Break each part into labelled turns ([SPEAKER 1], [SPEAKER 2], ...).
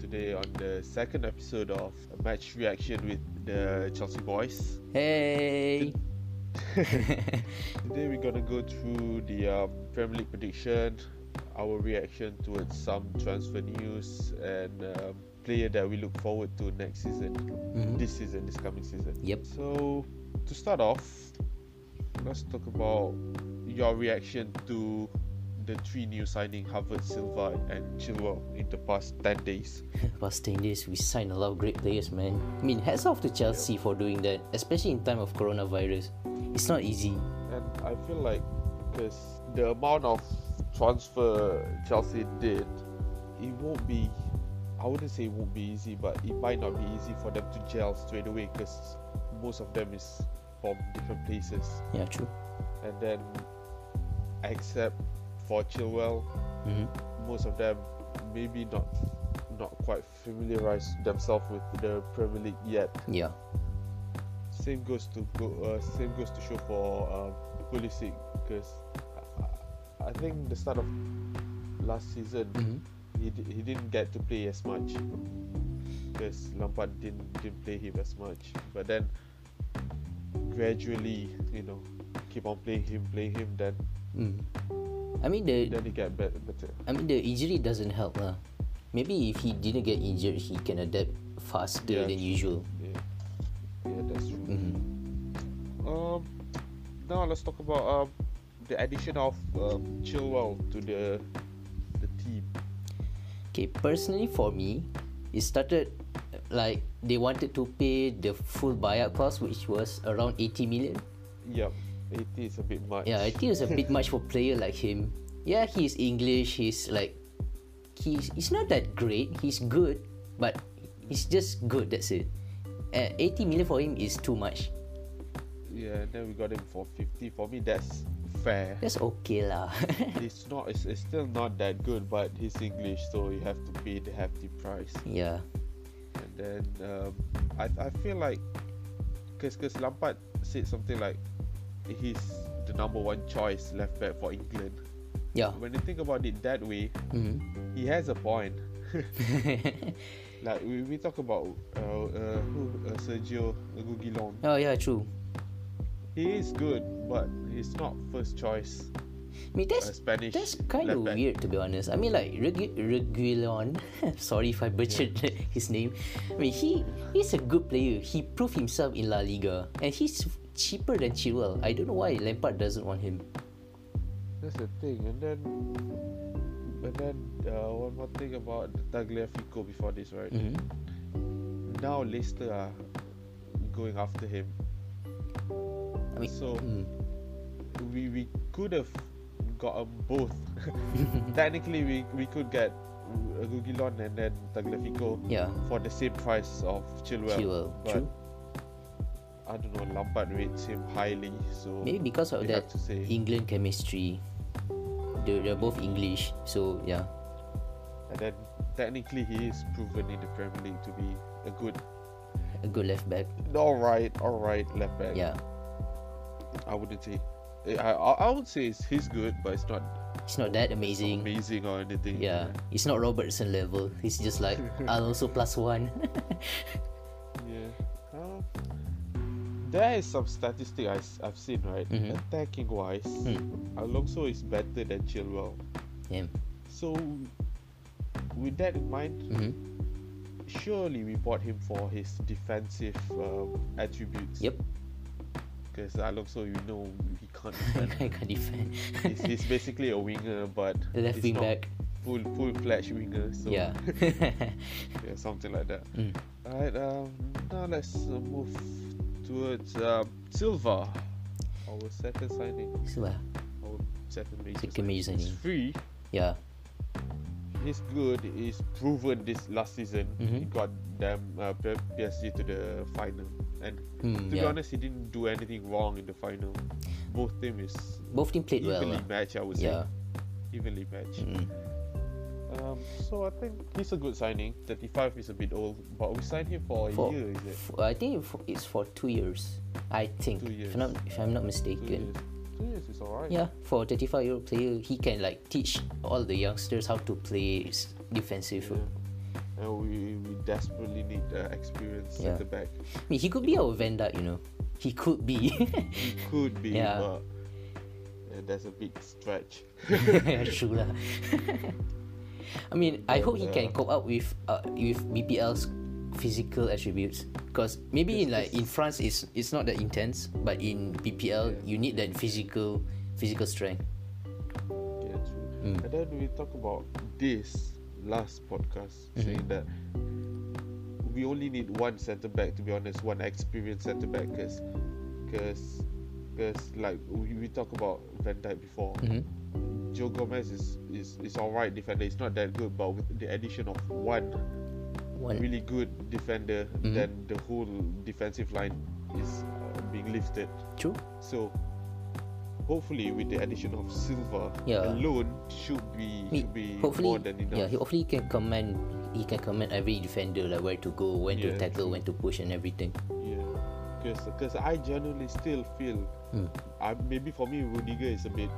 [SPEAKER 1] the second episode of a match reaction with the Chelsea boys.
[SPEAKER 2] Hey.
[SPEAKER 1] Today we're gonna go through the um, Premier League prediction, our reaction towards some transfer news, and um, player that we look forward to next season,
[SPEAKER 2] Mhm.
[SPEAKER 1] this season, this coming season.
[SPEAKER 2] Yep.
[SPEAKER 1] So to start off, let's talk about your reaction to the three new signing Harvard Silva and Chilwell in the past 10 days.
[SPEAKER 2] Past 10 days, we signed a lot of great players, man. I mean, hats off to Chelsea for doing that, especially in time of coronavirus. It's not easy.
[SPEAKER 1] And I feel like because the amount of transfer Chelsea did, it won't be. I wouldn't say it won't be easy, but it might not be easy for them to gel straight away because most of them is from different places.
[SPEAKER 2] Yeah, true.
[SPEAKER 1] And then, except for Chilwell,
[SPEAKER 2] Mhm.
[SPEAKER 1] most of them maybe not not quite familiarize themselves with the Premier League yet.
[SPEAKER 2] Yeah.
[SPEAKER 1] Same goes to go. Uh, same goes to show for um, Pulisic because I, I think the start of last season
[SPEAKER 2] Mhm.
[SPEAKER 1] he, di- he didn't get to play as much because Lampard didn't didn't play him as much. But then gradually, you know, keep on playing him, playing him. Then
[SPEAKER 2] Mm. I mean, the
[SPEAKER 1] then he get better. better.
[SPEAKER 2] I mean the injury doesn't help lah. Maybe if he didn't get injured, he can adapt faster
[SPEAKER 1] Yeah,
[SPEAKER 2] than
[SPEAKER 1] true.
[SPEAKER 2] usual.
[SPEAKER 1] Yeah, yeah, that's true.
[SPEAKER 2] Mhm.
[SPEAKER 1] Um, now let's talk about um, the addition of um, Chilwell to the the team.
[SPEAKER 2] Okay, personally for me, it started uh, like they wanted to pay the full buyout cost, which was around 80 million.
[SPEAKER 1] Yep, 80 is a bit much.
[SPEAKER 2] Yeah, I think it's a bit much for player like him. Yeah, he's English. He's like, he's he's not that great. He's good, but he's just good. That's it. Uh, 80 million for him is too much.
[SPEAKER 1] yeah. and Then we got him for 50. For me, that's fair.
[SPEAKER 2] That's okay lah.
[SPEAKER 1] It's not. It's, it's still not that good, but he's English, so you have to pay the hefty price.
[SPEAKER 2] yeah.
[SPEAKER 1] And then um, I I feel like, cause cause Lampard said something like, he's the number one choice left back for England.
[SPEAKER 2] Yeah.
[SPEAKER 1] When you think about it that way,
[SPEAKER 2] Mhm.
[SPEAKER 1] he has a point. Like we, we talk about uh, uh, who, uh, Sergio Aguilon.
[SPEAKER 2] oh yeah, true.
[SPEAKER 1] He is good, but he's not first choice.
[SPEAKER 2] I mean
[SPEAKER 1] uh,
[SPEAKER 2] that's
[SPEAKER 1] Spanish.
[SPEAKER 2] that's kind
[SPEAKER 1] left
[SPEAKER 2] of
[SPEAKER 1] back.
[SPEAKER 2] weird to be honest. I mean like Regu- Reguilon. sorry if I butchered his name. I mean he he's a good player. He proved himself in La Liga and he's cheaper than Chilwell. I don't know why Lampard doesn't want him.
[SPEAKER 1] That's the thing, and then and then uh, one more thing about Tagliafico before this, right?
[SPEAKER 2] Mhm. Mm-hmm.
[SPEAKER 1] Now Leicester are going after him.
[SPEAKER 2] I mean-
[SPEAKER 1] so
[SPEAKER 2] Mm.
[SPEAKER 1] we we could have gotten both. Technically, we we could get Aguilon and then Tagliafico
[SPEAKER 2] Yeah.
[SPEAKER 1] for the same price of Chilwell.
[SPEAKER 2] Chilwell,
[SPEAKER 1] but
[SPEAKER 2] true.
[SPEAKER 1] I don't know. Lampard rates him highly, so
[SPEAKER 2] Maybe because of
[SPEAKER 1] we
[SPEAKER 2] that
[SPEAKER 1] have to say.
[SPEAKER 2] England chemistry. They're, they're both English, so yeah.
[SPEAKER 1] And then technically he is proven in the Premier League to be a good,
[SPEAKER 2] A good left back.
[SPEAKER 1] all right, all right left back.
[SPEAKER 2] Yeah.
[SPEAKER 1] I wouldn't say. I I, I would say it's, he's good, but it's not
[SPEAKER 2] It's not that amazing.
[SPEAKER 1] amazing or anything.
[SPEAKER 2] Yeah. It's not Robertson level. He's just like Alonso plus one.
[SPEAKER 1] Yeah. Um, there is some statistic I, have seen right.
[SPEAKER 2] Mhm.
[SPEAKER 1] Attacking wise,
[SPEAKER 2] Hmm.
[SPEAKER 1] Alonso is better than Chilwell.
[SPEAKER 2] Damn.
[SPEAKER 1] So, with that in mind,
[SPEAKER 2] Mhm.
[SPEAKER 1] surely we bought him for his defensive um, attributes.
[SPEAKER 2] Yep.
[SPEAKER 1] Because Alonso, you know, he can't defend.
[SPEAKER 2] I can't defend.
[SPEAKER 1] he's, he's basically a winger, but
[SPEAKER 2] Left
[SPEAKER 1] he's
[SPEAKER 2] wing
[SPEAKER 1] not
[SPEAKER 2] back.
[SPEAKER 1] full full fledged winger. So
[SPEAKER 2] Yeah.
[SPEAKER 1] yeah, something like that.
[SPEAKER 2] Mm.
[SPEAKER 1] Alright, um, now let's uh, move towards um, Silva, our second signing,
[SPEAKER 2] so, uh,
[SPEAKER 1] our second major.
[SPEAKER 2] second major
[SPEAKER 1] He's
[SPEAKER 2] signing.
[SPEAKER 1] free.
[SPEAKER 2] Yeah.
[SPEAKER 1] He's good. He's proven this last season.
[SPEAKER 2] Mhm.
[SPEAKER 1] He got them uh, P- PSG to the final, and
[SPEAKER 2] Hmm,
[SPEAKER 1] to be
[SPEAKER 2] yeah.
[SPEAKER 1] honest, he didn't do anything wrong in the final. Both team is
[SPEAKER 2] Both team played well.
[SPEAKER 1] evenly
[SPEAKER 2] lah.
[SPEAKER 1] matched. I would
[SPEAKER 2] Yeah.
[SPEAKER 1] say evenly matched.
[SPEAKER 2] Mm.
[SPEAKER 1] Um, so I think he's a good signing. 35 is a bit old, but we signed him for a
[SPEAKER 2] For-
[SPEAKER 1] year, is it?
[SPEAKER 2] F- I think f- it's for two years. I think.
[SPEAKER 1] Two
[SPEAKER 2] If, I'm not, if I'm not
[SPEAKER 1] Two
[SPEAKER 2] mistaken.
[SPEAKER 1] years. Two years is alright.
[SPEAKER 2] Yeah, for a 35 year old player, he can like teach all the youngsters how to play s- defensive.
[SPEAKER 1] Yeah. and we, we desperately need an experienced
[SPEAKER 2] Yeah.
[SPEAKER 1] centre back.
[SPEAKER 2] I mean, he could be our Van Dijk, you know. He could be.
[SPEAKER 1] Could be,
[SPEAKER 2] Yeah.
[SPEAKER 1] but uh, that's a big stretch.
[SPEAKER 2] True lah. I mean, I hope he can
[SPEAKER 1] Yeah.
[SPEAKER 2] cope up with uh, with BPL's physical attributes because maybe in like
[SPEAKER 1] Yes, yes.
[SPEAKER 2] in France it's it's not that intense, but in BPL
[SPEAKER 1] Yeah.
[SPEAKER 2] you need that physical physical strength.
[SPEAKER 1] Yeah, true. And then we talk about this last podcast saying that we only need one centre back to be honest, one experienced centre back because because like we, we talk about Van Dijk before.
[SPEAKER 2] Mhm.
[SPEAKER 1] Joe Gomez is is, is alright defender. It's not that good, but with the addition of one
[SPEAKER 2] One.
[SPEAKER 1] really good defender, then the whole defensive line is uh, being lifted.
[SPEAKER 2] True.
[SPEAKER 1] So hopefully with the addition of Silva
[SPEAKER 2] Yeah.
[SPEAKER 1] alone should be
[SPEAKER 2] He-
[SPEAKER 1] should be more
[SPEAKER 2] hopefully,
[SPEAKER 1] than
[SPEAKER 2] yeah.
[SPEAKER 1] enough.
[SPEAKER 2] He, hopefully, he can command. He can command every defender like where to go, when to
[SPEAKER 1] Yeah,
[SPEAKER 2] tackle, when to push, and everything.
[SPEAKER 1] Because I generally still feel
[SPEAKER 2] Mm.
[SPEAKER 1] I, maybe for me Rudiger is a bit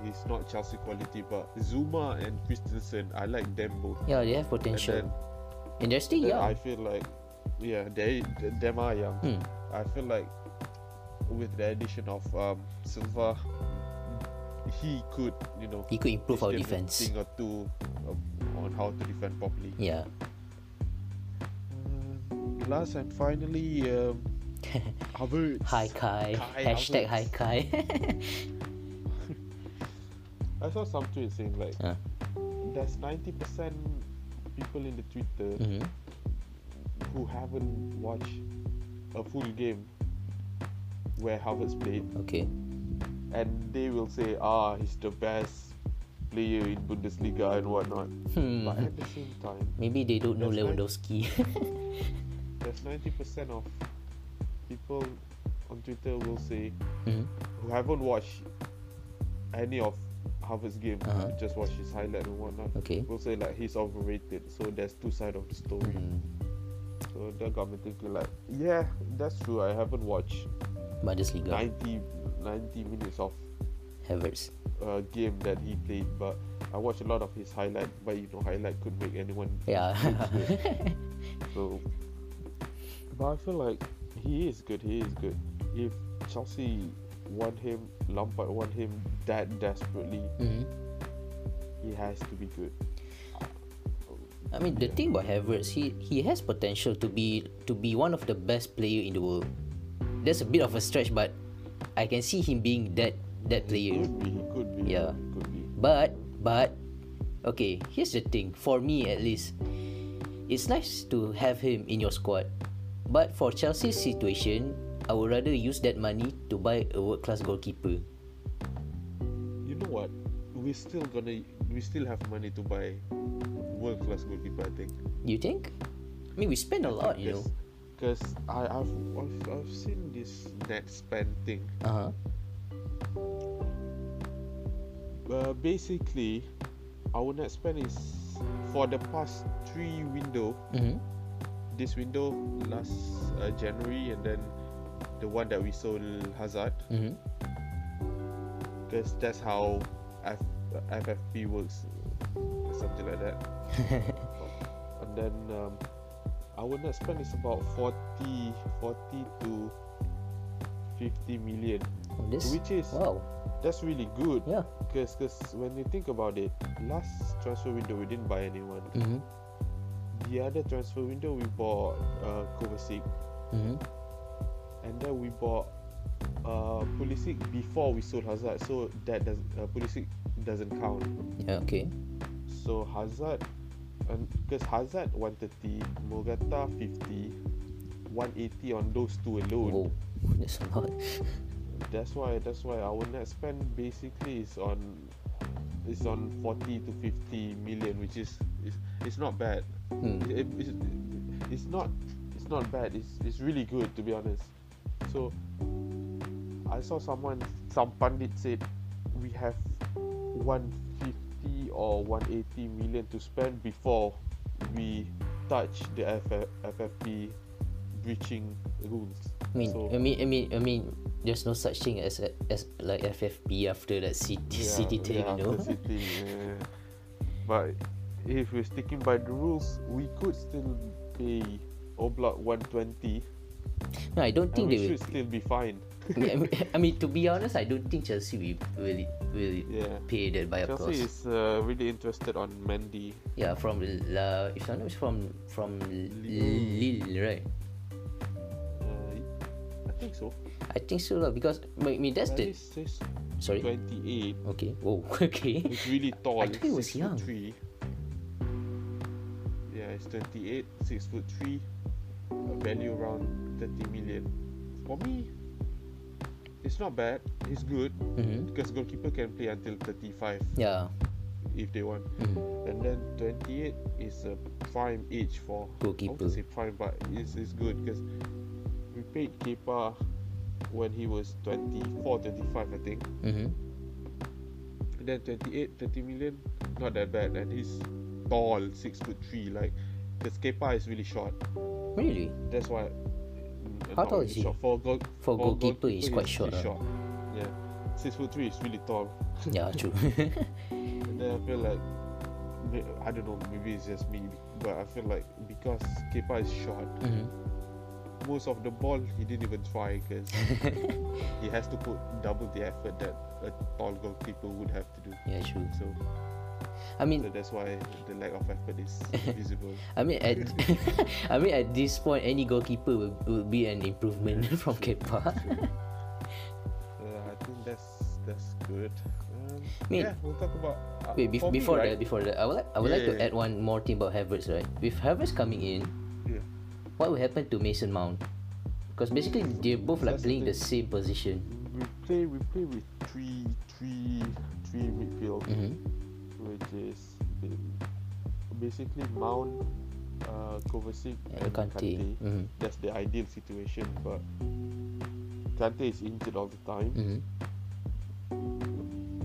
[SPEAKER 1] he's not Chelsea quality but Zuma and Christensen I like them both.
[SPEAKER 2] Yeah, they have
[SPEAKER 1] And
[SPEAKER 2] potential,
[SPEAKER 1] then,
[SPEAKER 2] and they're still
[SPEAKER 1] then
[SPEAKER 2] young.
[SPEAKER 1] I feel like yeah, they them are young.
[SPEAKER 2] Hmm.
[SPEAKER 1] I feel like with the addition of um, Silva, he could, you know,
[SPEAKER 2] He could improve
[SPEAKER 1] teach
[SPEAKER 2] our
[SPEAKER 1] them a
[SPEAKER 2] defense.
[SPEAKER 1] thing or two um, on how to defend properly.
[SPEAKER 2] Yeah.
[SPEAKER 1] Last and finally, um, Havertz.
[SPEAKER 2] Hi Kai.
[SPEAKER 1] Kai
[SPEAKER 2] Hashtag hi
[SPEAKER 1] Havertz.
[SPEAKER 2] Kai.
[SPEAKER 1] I saw some tweets saying like,
[SPEAKER 2] Ah.
[SPEAKER 1] there's 90% people in the Twitter
[SPEAKER 2] Mhm.
[SPEAKER 1] who haven't watched a full game where Havertz played.
[SPEAKER 2] Okay.
[SPEAKER 1] and they will say, ah, he's the best player in Bundesliga and whatnot.
[SPEAKER 2] Hmm.
[SPEAKER 1] But at the same time,
[SPEAKER 2] Maybe they don't know
[SPEAKER 1] That's right.
[SPEAKER 2] Lewandowski.
[SPEAKER 1] there's 90% of people on Twitter will say,
[SPEAKER 2] Mhm.
[SPEAKER 1] who haven't watched any of Harvard's game,
[SPEAKER 2] Uh-huh.
[SPEAKER 1] just watch his highlight and whatnot,
[SPEAKER 2] Okay.
[SPEAKER 1] will say, like, he's overrated. So there's two sides of the story.
[SPEAKER 2] Hmm.
[SPEAKER 1] So that got me thinking, like, yeah, that's true. I haven't watched
[SPEAKER 2] Bundesliga.
[SPEAKER 1] 90, 90 minutes of
[SPEAKER 2] Havertz.
[SPEAKER 1] uh, game that he played, but I watched a lot of his highlight. But you know, highlight could make anyone.
[SPEAKER 2] Yeah.
[SPEAKER 1] looks good. so, but I feel like he is good. He is good. If Chelsea want him, Lampard want him that desperately,
[SPEAKER 2] Mhm.
[SPEAKER 1] he has to be good.
[SPEAKER 2] I mean, the thing about Havertz, he he has potential to be to be one of the best player in the world. That's a bit of a stretch, but I can see him being that that
[SPEAKER 1] He
[SPEAKER 2] player.
[SPEAKER 1] could be. He could be.
[SPEAKER 2] Yeah.
[SPEAKER 1] He could be.
[SPEAKER 2] But but okay, here's the thing for me at least. It's nice to have him in your squad. But for Chelsea's situation, I would rather use that money to buy a world-class goalkeeper.
[SPEAKER 1] You know what? We're still gonna. We still have money to buy world class goalkeeper. I think.
[SPEAKER 2] You think? I mean, we spend a lot, you know.
[SPEAKER 1] Because I I've, I've I've seen this net spend thing.
[SPEAKER 2] Uh huh.
[SPEAKER 1] Uh, basically, our net spend is for the past three window.
[SPEAKER 2] Mm-hmm.
[SPEAKER 1] This window last uh, January, and then the one that we sold Hazard,
[SPEAKER 2] Mm-hmm.
[SPEAKER 1] because that's how F- FFP works, or something like that. and then um, our net spend is about 40, 40 to 50 million,
[SPEAKER 2] Oh, this.
[SPEAKER 1] which is
[SPEAKER 2] Wow.
[SPEAKER 1] that's really good.
[SPEAKER 2] Yeah.
[SPEAKER 1] Because when you think about it, last transfer window we didn't buy anyone.
[SPEAKER 2] Mm-hmm.
[SPEAKER 1] The other transfer window we bought uh, Kovacic,
[SPEAKER 2] Mm-hmm.
[SPEAKER 1] and then we bought uh, Pulisic before we sold Hazard, so that does uh, Pulisic doesn't count.
[SPEAKER 2] Yeah. Okay.
[SPEAKER 1] So Hazard, because Hazard 130, Mogata 50, 180 on those two alone.
[SPEAKER 2] Whoa. That's a lot.
[SPEAKER 1] That's why that's why our net spend basically is on is on 40 to 50 million, which is is it's not bad.
[SPEAKER 2] Hmm.
[SPEAKER 1] It- it- it's, it's not it's not bad. It's it's really good to be honest. So I saw someone some pundit said we have 150 or 180 million to spend before we touch the FF, FFP breaching rules.
[SPEAKER 2] I mean,
[SPEAKER 1] so,
[SPEAKER 2] I mean, I mean, I mean, there's no such thing as as like FFP after that city
[SPEAKER 1] Yeah,
[SPEAKER 2] city thing,
[SPEAKER 1] yeah,
[SPEAKER 2] you know.
[SPEAKER 1] after City, yeah. But if we're sticking by the rules, we could still pay Oblak 120
[SPEAKER 2] No, I don't
[SPEAKER 1] and we
[SPEAKER 2] think they
[SPEAKER 1] should
[SPEAKER 2] will.
[SPEAKER 1] still be fine.
[SPEAKER 2] I mean, I mean, to be honest, I don't think Chelsea will will, will
[SPEAKER 1] Yeah.
[SPEAKER 2] pay that buyout
[SPEAKER 1] Chelsea
[SPEAKER 2] clause.
[SPEAKER 1] is uh, really interested on Mendy.
[SPEAKER 2] Yeah, from La, if I'm not from from
[SPEAKER 1] Lille.
[SPEAKER 2] Lille, right?
[SPEAKER 1] Uh, I think so.
[SPEAKER 2] I think so lah because I mean that's
[SPEAKER 1] That
[SPEAKER 2] the
[SPEAKER 1] is says
[SPEAKER 2] sorry.
[SPEAKER 1] 28.
[SPEAKER 2] Okay. Whoa. Okay.
[SPEAKER 1] He's really tall.
[SPEAKER 2] I thought he was
[SPEAKER 1] six foot
[SPEAKER 2] young.
[SPEAKER 1] Three. Yeah, he's 28, 6 foot 3, a value around 30 million. For me, it's not bad. It's good
[SPEAKER 2] hmm
[SPEAKER 1] because goalkeeper can play until 35
[SPEAKER 2] Yeah.
[SPEAKER 1] if they want.
[SPEAKER 2] Mm.
[SPEAKER 1] And then 28 is a prime age for I
[SPEAKER 2] Goalkeeper.
[SPEAKER 1] wouldn't say prime, but it's, it's good because we paid Kepa when he was 24, 25, I think.
[SPEAKER 2] Mm-hmm.
[SPEAKER 1] And then 28, 30 million, not that bad. And he's tall, 6 foot 3. Like, because Kepa is really short.
[SPEAKER 2] Really?
[SPEAKER 1] That's why. mm,
[SPEAKER 2] How
[SPEAKER 1] not
[SPEAKER 2] tall
[SPEAKER 1] really
[SPEAKER 2] is he?
[SPEAKER 1] Short. For, goal,
[SPEAKER 2] For goalkeeper, he's quite short,
[SPEAKER 1] really
[SPEAKER 2] ah.
[SPEAKER 1] Yeah. 6 foot 3 is really tall.
[SPEAKER 2] Yeah. True.
[SPEAKER 1] And then I feel like. may- I don't know, maybe it's just me, but I feel like because Kepa is short,
[SPEAKER 2] hmm
[SPEAKER 1] most of the ball he didn't even try because he has to put double the effort that a tall goalkeeper would have to do.
[SPEAKER 2] Yeah. True.
[SPEAKER 1] So,
[SPEAKER 2] I mean,
[SPEAKER 1] so that's why the lack of effort is visible.
[SPEAKER 2] I mean at I mean at this point any goalkeeper will, will be an improvement from Kepa.
[SPEAKER 1] Uh, I think that's that's good. Um,
[SPEAKER 2] Mean-
[SPEAKER 1] yeah, we'll talk about. Uh,
[SPEAKER 2] Wait, bef-
[SPEAKER 1] for me,
[SPEAKER 2] before
[SPEAKER 1] right,
[SPEAKER 2] that, before that, I would like I would like to
[SPEAKER 1] Yeah.
[SPEAKER 2] add one more thing about Havertz, right? With Havertz coming in,
[SPEAKER 1] Yeah.
[SPEAKER 2] what will happen to Mason Mount? Because basically they're both like
[SPEAKER 1] That's the
[SPEAKER 2] playing the
[SPEAKER 1] thing.
[SPEAKER 2] same position.
[SPEAKER 1] we play we play with three three three midfield,
[SPEAKER 2] hmm
[SPEAKER 1] which is ba- basically Mount, uh, Kovacic, and
[SPEAKER 2] Kante.
[SPEAKER 1] Kante.
[SPEAKER 2] hmm
[SPEAKER 1] that's the ideal situation. But Kante is injured all the time.
[SPEAKER 2] hmm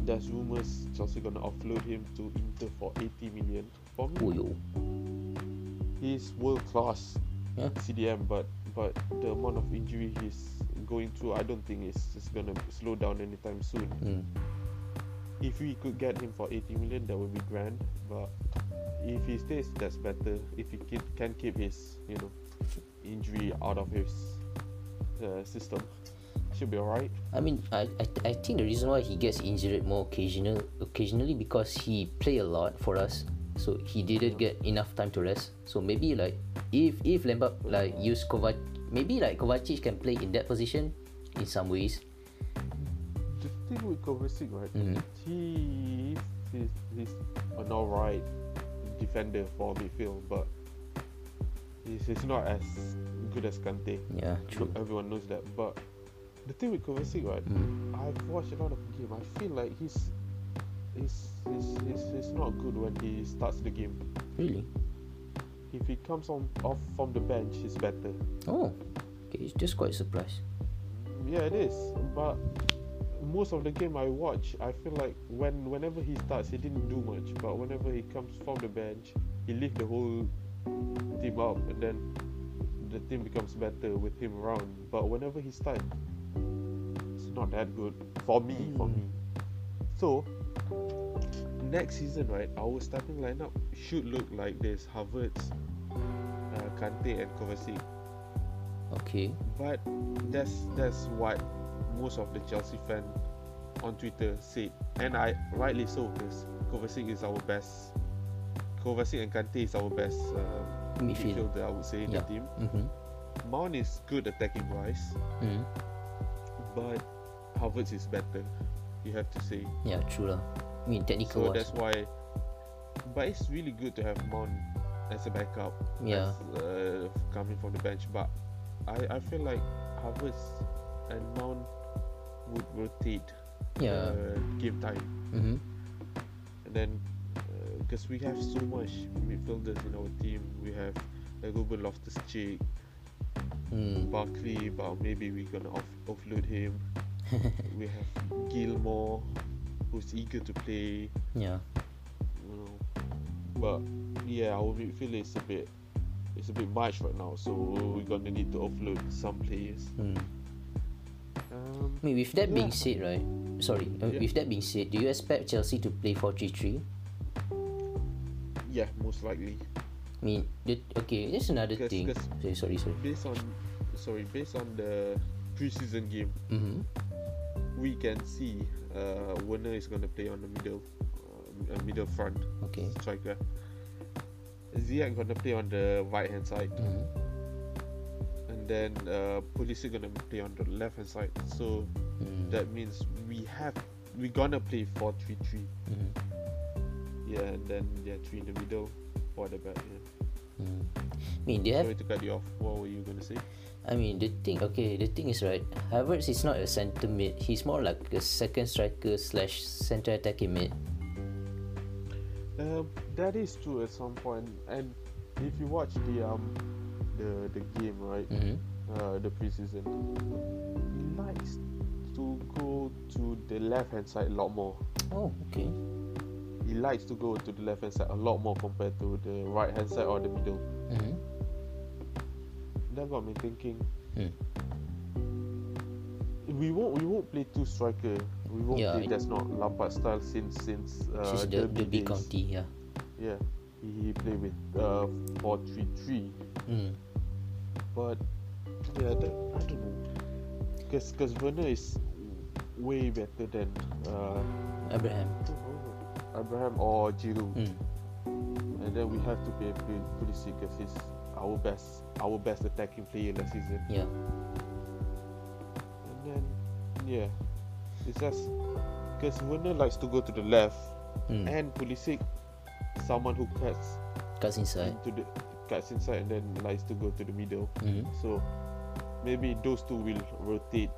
[SPEAKER 1] There's rumors Chelsea gonna offload him to Inter for 80 million. For me,
[SPEAKER 2] Oh yo.
[SPEAKER 1] he's world class
[SPEAKER 2] Yeah.
[SPEAKER 1] CDM, but but the amount of injury he's going through, I don't think it's it's gonna slow down anytime soon.
[SPEAKER 2] Mm.
[SPEAKER 1] If we could get him for 80 million, that would be grand. But if he stays, that's better. If he can, can keep his you know injury out of his uh, system, should be alright.
[SPEAKER 2] I mean, I, I I think the reason why he gets injured more occasional occasionally because he play a lot for us, so he didn't get enough time to rest. So maybe like if if Lembab like use Kovac, maybe like Kovacic can play in that position, in some ways.
[SPEAKER 1] The thing with Kovacic, right?
[SPEAKER 2] Mhm.
[SPEAKER 1] He he's, he's an alright defender for midfield, but he's, he's not as good as Kante.
[SPEAKER 2] Yeah, Ya, true.
[SPEAKER 1] Everyone knows that. But the thing with Kovacic, right?
[SPEAKER 2] Mm.
[SPEAKER 1] I've watched a lot of game. I feel like he's he's he's, he's, he's not good when he starts the game.
[SPEAKER 2] Really?
[SPEAKER 1] If he comes on off from the bench, he's better.
[SPEAKER 2] Oh, okay. It's just quite a surprise.
[SPEAKER 1] Yeah, it is. But most of the game I watch, I feel like when whenever he starts, he didn't do much. But whenever he comes from the bench, he lift the whole team up, and then the team becomes better with him around. But whenever he starts, it's not that good for me. For me. So next season, right, our starting lineup should look like this: Havertz, uh, Kante, and Kovacic.
[SPEAKER 2] Okay.
[SPEAKER 1] But that's that's what most of the Chelsea fan on Twitter said, and I rightly so because Kovacic is our best. Kovacic and Kante is our best uh,
[SPEAKER 2] Midfield.
[SPEAKER 1] midfielder, I would say, in
[SPEAKER 2] Yeah.
[SPEAKER 1] the team.
[SPEAKER 2] Mm-hmm.
[SPEAKER 1] Mount is good attacking wise,
[SPEAKER 2] Mm.
[SPEAKER 1] but Havertz is better. You have to say.
[SPEAKER 2] Yeah, true lah. I mean, technical
[SPEAKER 1] So
[SPEAKER 2] wise.
[SPEAKER 1] that's why. But it's really good to have Mount as a backup.
[SPEAKER 2] Yeah.
[SPEAKER 1] As, uh, coming from the bench, but I, I feel like Havertz and Mount would rotate
[SPEAKER 2] Yeah.
[SPEAKER 1] uh, game time,
[SPEAKER 2] Mm-hmm.
[SPEAKER 1] and then because we have so much midfielders in our team, we have like Ruben Loftus-Cheek,
[SPEAKER 2] Mm.
[SPEAKER 1] Barkley, but maybe we're gonna off- offload him. we have Gilmore, who's eager to play.
[SPEAKER 2] Yeah.
[SPEAKER 1] you know. But yeah, our midfield is a bit it's a bit much right now, so we're gonna need to offload some players.
[SPEAKER 2] Mm.
[SPEAKER 1] Um,
[SPEAKER 2] I mean, with that being
[SPEAKER 1] Yeah.
[SPEAKER 2] said, right? Sorry. uh,
[SPEAKER 1] Yeah.
[SPEAKER 2] With that being said, do you expect Chelsea to play 4-3-3?
[SPEAKER 1] Yeah, most likely.
[SPEAKER 2] I mean, that, okay, that's another
[SPEAKER 1] Because-
[SPEAKER 2] thing.
[SPEAKER 1] because-
[SPEAKER 2] Sorry, sorry, sorry.
[SPEAKER 1] Based on sorry, based on the preseason game,
[SPEAKER 2] Mm-hmm.
[SPEAKER 1] we can see uh, Werner is going to play on the middle, uh, m- uh, middle front
[SPEAKER 2] Okay.
[SPEAKER 1] striker. Ziyech going to play on the right hand side,
[SPEAKER 2] Mm-hmm.
[SPEAKER 1] and then uh, Police is going to play on the left hand side. So
[SPEAKER 2] Mm-hmm.
[SPEAKER 1] that means we have we gonna play 4-3-3.
[SPEAKER 2] Mm-hmm.
[SPEAKER 1] Yeah, and then yeah, three in the middle, four at the back. Yeah.
[SPEAKER 2] Mm-hmm. I mean, they have
[SPEAKER 1] Sorry to cut you off. What were you gonna say?
[SPEAKER 2] I mean the thing okay the thing is right Havertz is not a centre mid he's more like a second striker slash centre attacking mid
[SPEAKER 1] Um, that is true at some point, and if you watch the um the the game right,
[SPEAKER 2] mm-hmm.
[SPEAKER 1] uh, the preseason, he likes to go to the left hand side a lot more.
[SPEAKER 2] oh okay
[SPEAKER 1] He likes to go to the left hand side a lot more compared to the right hand side or the middle.
[SPEAKER 2] mm-hmm.
[SPEAKER 1] That got me thinking.
[SPEAKER 2] Hmm.
[SPEAKER 1] We won't we won't play two striker. We won't
[SPEAKER 2] Yeah,
[SPEAKER 1] play
[SPEAKER 2] it-
[SPEAKER 1] that's not Lampard style since since uh,
[SPEAKER 2] since the, the
[SPEAKER 1] Derby
[SPEAKER 2] big
[SPEAKER 1] days.
[SPEAKER 2] county yeah
[SPEAKER 1] Yeah, he, he played with uh four three three,
[SPEAKER 2] mm.
[SPEAKER 1] but yeah, that, I don't know. Cause cause Werner is way better than uh
[SPEAKER 2] Abraham
[SPEAKER 1] Abraham or Giroud,
[SPEAKER 2] mm. Hmm.
[SPEAKER 1] and then we have to pay Pulisic because he's our best our best attacking player last season.
[SPEAKER 2] yeah
[SPEAKER 1] And then, yeah, it's just because Werner likes to go to the left,
[SPEAKER 2] mm.
[SPEAKER 1] and Pulisic, someone who cuts
[SPEAKER 2] cuts inside
[SPEAKER 1] into the cuts inside and then likes to go to the middle.
[SPEAKER 2] mm.
[SPEAKER 1] So maybe those two will rotate,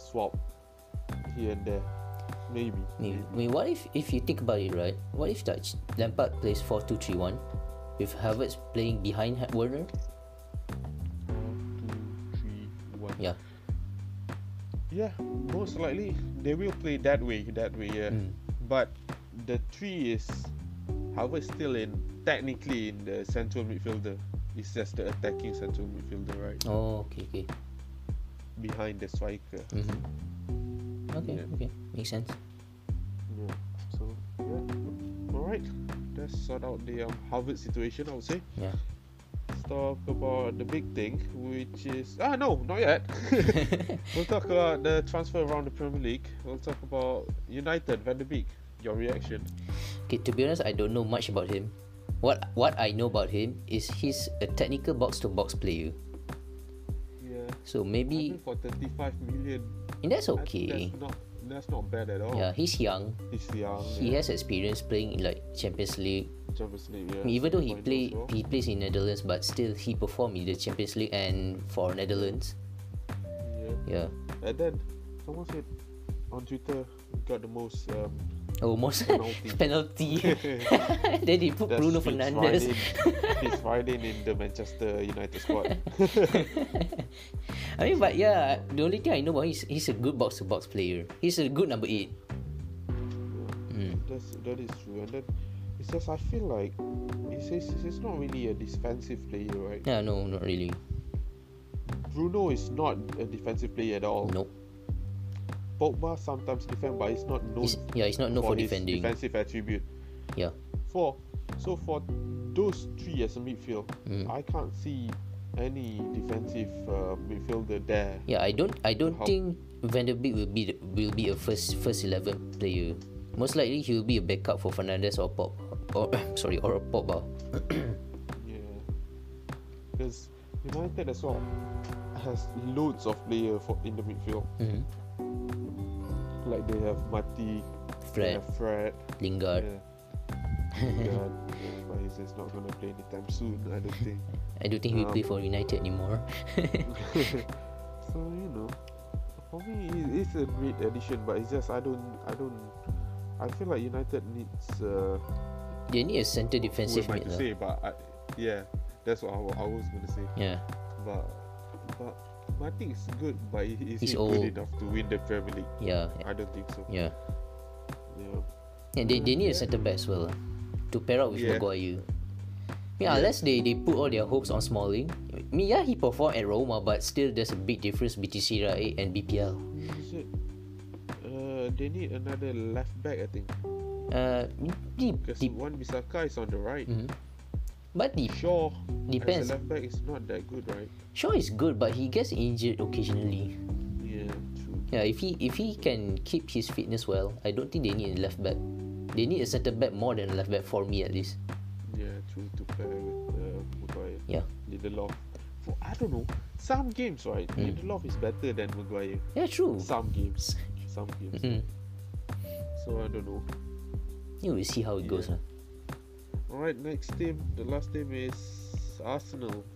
[SPEAKER 1] swap here and there. Maybe.
[SPEAKER 2] I mean, I mean, what if if you think about it right what if that Lampard plays 4-2-3-1 with Havertz playing behind Ha- Werner
[SPEAKER 1] One, two, three, one.
[SPEAKER 2] yeah
[SPEAKER 1] Yeah, most likely they will play that way. That way, yeah.
[SPEAKER 2] Mm.
[SPEAKER 1] But the three is, however, still in technically in the central midfielder. It's just the attacking central midfielder, right,
[SPEAKER 2] oh okay okay
[SPEAKER 1] behind the striker.
[SPEAKER 2] mm-hmm. okay
[SPEAKER 1] Yeah.
[SPEAKER 2] okay makes sense
[SPEAKER 1] Yeah. So yeah. All right. Let's sort out the um, Harvard situation. I would say.
[SPEAKER 2] yeah
[SPEAKER 1] Let's talk about the big thing, which is ah no, not yet. we'll talk about the transfer around the Premier League. We'll talk about United Van der Beek. Your reaction?
[SPEAKER 2] Okay, to be honest, I don't know much about him. What what I know about him is he's a technical box to box player.
[SPEAKER 1] Yeah.
[SPEAKER 2] So
[SPEAKER 1] I
[SPEAKER 2] maybe
[SPEAKER 1] think for 35 million,
[SPEAKER 2] and that's
[SPEAKER 1] I think
[SPEAKER 2] okay.
[SPEAKER 1] that's not that's not bad at all.
[SPEAKER 2] Yeah, he's young.
[SPEAKER 1] He's young.
[SPEAKER 2] He
[SPEAKER 1] yeah.
[SPEAKER 2] has experience playing in like Champions League.
[SPEAKER 1] Champions League, yeah.
[SPEAKER 2] I mean, even though he
[SPEAKER 1] Finals,
[SPEAKER 2] play
[SPEAKER 1] well.
[SPEAKER 2] he plays in Netherlands, but still he performed in the Champions League and for Netherlands.
[SPEAKER 1] yeah.
[SPEAKER 2] Yeah.
[SPEAKER 1] And then someone said on Twitter he got the most um,
[SPEAKER 2] Almost
[SPEAKER 1] Penalty.
[SPEAKER 2] Oh, penalty. then they put
[SPEAKER 1] that's
[SPEAKER 2] Bruno
[SPEAKER 1] Fitz
[SPEAKER 2] Fernandes.
[SPEAKER 1] Riding- Fitz Riding in the Manchester United squad.
[SPEAKER 2] I mean, but yeah, the only thing I know about him is he's a good box to box player. He's a good number eight. Mm.
[SPEAKER 1] That's that is true. And then it says I feel like it says it's not really a defensive player, right?
[SPEAKER 2] Yeah, no, not really.
[SPEAKER 1] Bruno is not a defensive player at all.
[SPEAKER 2] Nope.
[SPEAKER 1] Pogba sometimes defend, but he's not known
[SPEAKER 2] He's, yeah, he's not known for,
[SPEAKER 1] his
[SPEAKER 2] defending.
[SPEAKER 1] defensive attribute.
[SPEAKER 2] Yeah.
[SPEAKER 1] Four. So for those three as a midfield,
[SPEAKER 2] Mm.
[SPEAKER 1] I can't see any defensive uh, midfielder there.
[SPEAKER 2] Yeah, I don't I don't
[SPEAKER 1] How-
[SPEAKER 2] think Van der Beek will be the, will be a first first eleven player. Most likely he will be a backup for Fernandes or Pop or sorry or Pogba.
[SPEAKER 1] Yeah. Because United as well has loads of player for in the midfield.
[SPEAKER 2] Mm-hmm.
[SPEAKER 1] Like they have Mati, they
[SPEAKER 2] Fred
[SPEAKER 1] have Fred. Oh.
[SPEAKER 2] Lingard.
[SPEAKER 1] Yeah. yeah, yeah, but he's just not gonna play anytime soon. I don't think.
[SPEAKER 2] I don't think he will
[SPEAKER 1] Um,
[SPEAKER 2] play for United anymore.
[SPEAKER 1] so you know, for me, it- it's a great addition, but it's just I don't, I don't, I feel like United needs. Uh,
[SPEAKER 2] they need a centre
[SPEAKER 1] who
[SPEAKER 2] defensive
[SPEAKER 1] am I
[SPEAKER 2] mid.
[SPEAKER 1] to
[SPEAKER 2] lah.
[SPEAKER 1] say? But I, yeah, that's what I, wa- I was gonna say.
[SPEAKER 2] Yeah.
[SPEAKER 1] But but Martin is good, but i- is
[SPEAKER 2] He's
[SPEAKER 1] he good
[SPEAKER 2] old.
[SPEAKER 1] enough to win the Premier League?
[SPEAKER 2] Yeah.
[SPEAKER 1] I don't think so.
[SPEAKER 2] Yeah.
[SPEAKER 1] Yeah.
[SPEAKER 2] And they, they need a
[SPEAKER 1] Yeah.
[SPEAKER 2] centre back as well lah, to pair up with
[SPEAKER 1] Yeah.
[SPEAKER 2] Maguire. Yeah, unless they, they put all their hopes on Smalling. I mean, yeah, he performed at Roma, but still there's a big difference between Serie A and BPL.
[SPEAKER 1] Is it? Uh, they need another left back, I think.
[SPEAKER 2] Uh, de-
[SPEAKER 1] Because
[SPEAKER 2] de-
[SPEAKER 1] Wan Bissaka is on the right.
[SPEAKER 2] but the
[SPEAKER 1] Shaw
[SPEAKER 2] Mm. Depends.
[SPEAKER 1] as a left back is not that good, right?
[SPEAKER 2] Shaw is good, but he gets injured occasionally.
[SPEAKER 1] Yeah, true.
[SPEAKER 2] Yeah, if he if he can keep his fitness well, I don't think they need a left back. They need a centre back more than a left back for me at least.
[SPEAKER 1] Yeah, true to pair with uh, Maguire.
[SPEAKER 2] Yeah.
[SPEAKER 1] Lindelof. For I don't know, some games right,
[SPEAKER 2] Mm.
[SPEAKER 1] Lindelof is better than Maguire.
[SPEAKER 2] Yeah, true.
[SPEAKER 1] Some games, some games.
[SPEAKER 2] Mm.
[SPEAKER 1] So I don't know.
[SPEAKER 2] You will see how it goes.
[SPEAKER 1] Yeah.
[SPEAKER 2] lah.
[SPEAKER 1] All right, next team. The last team is Arsenal.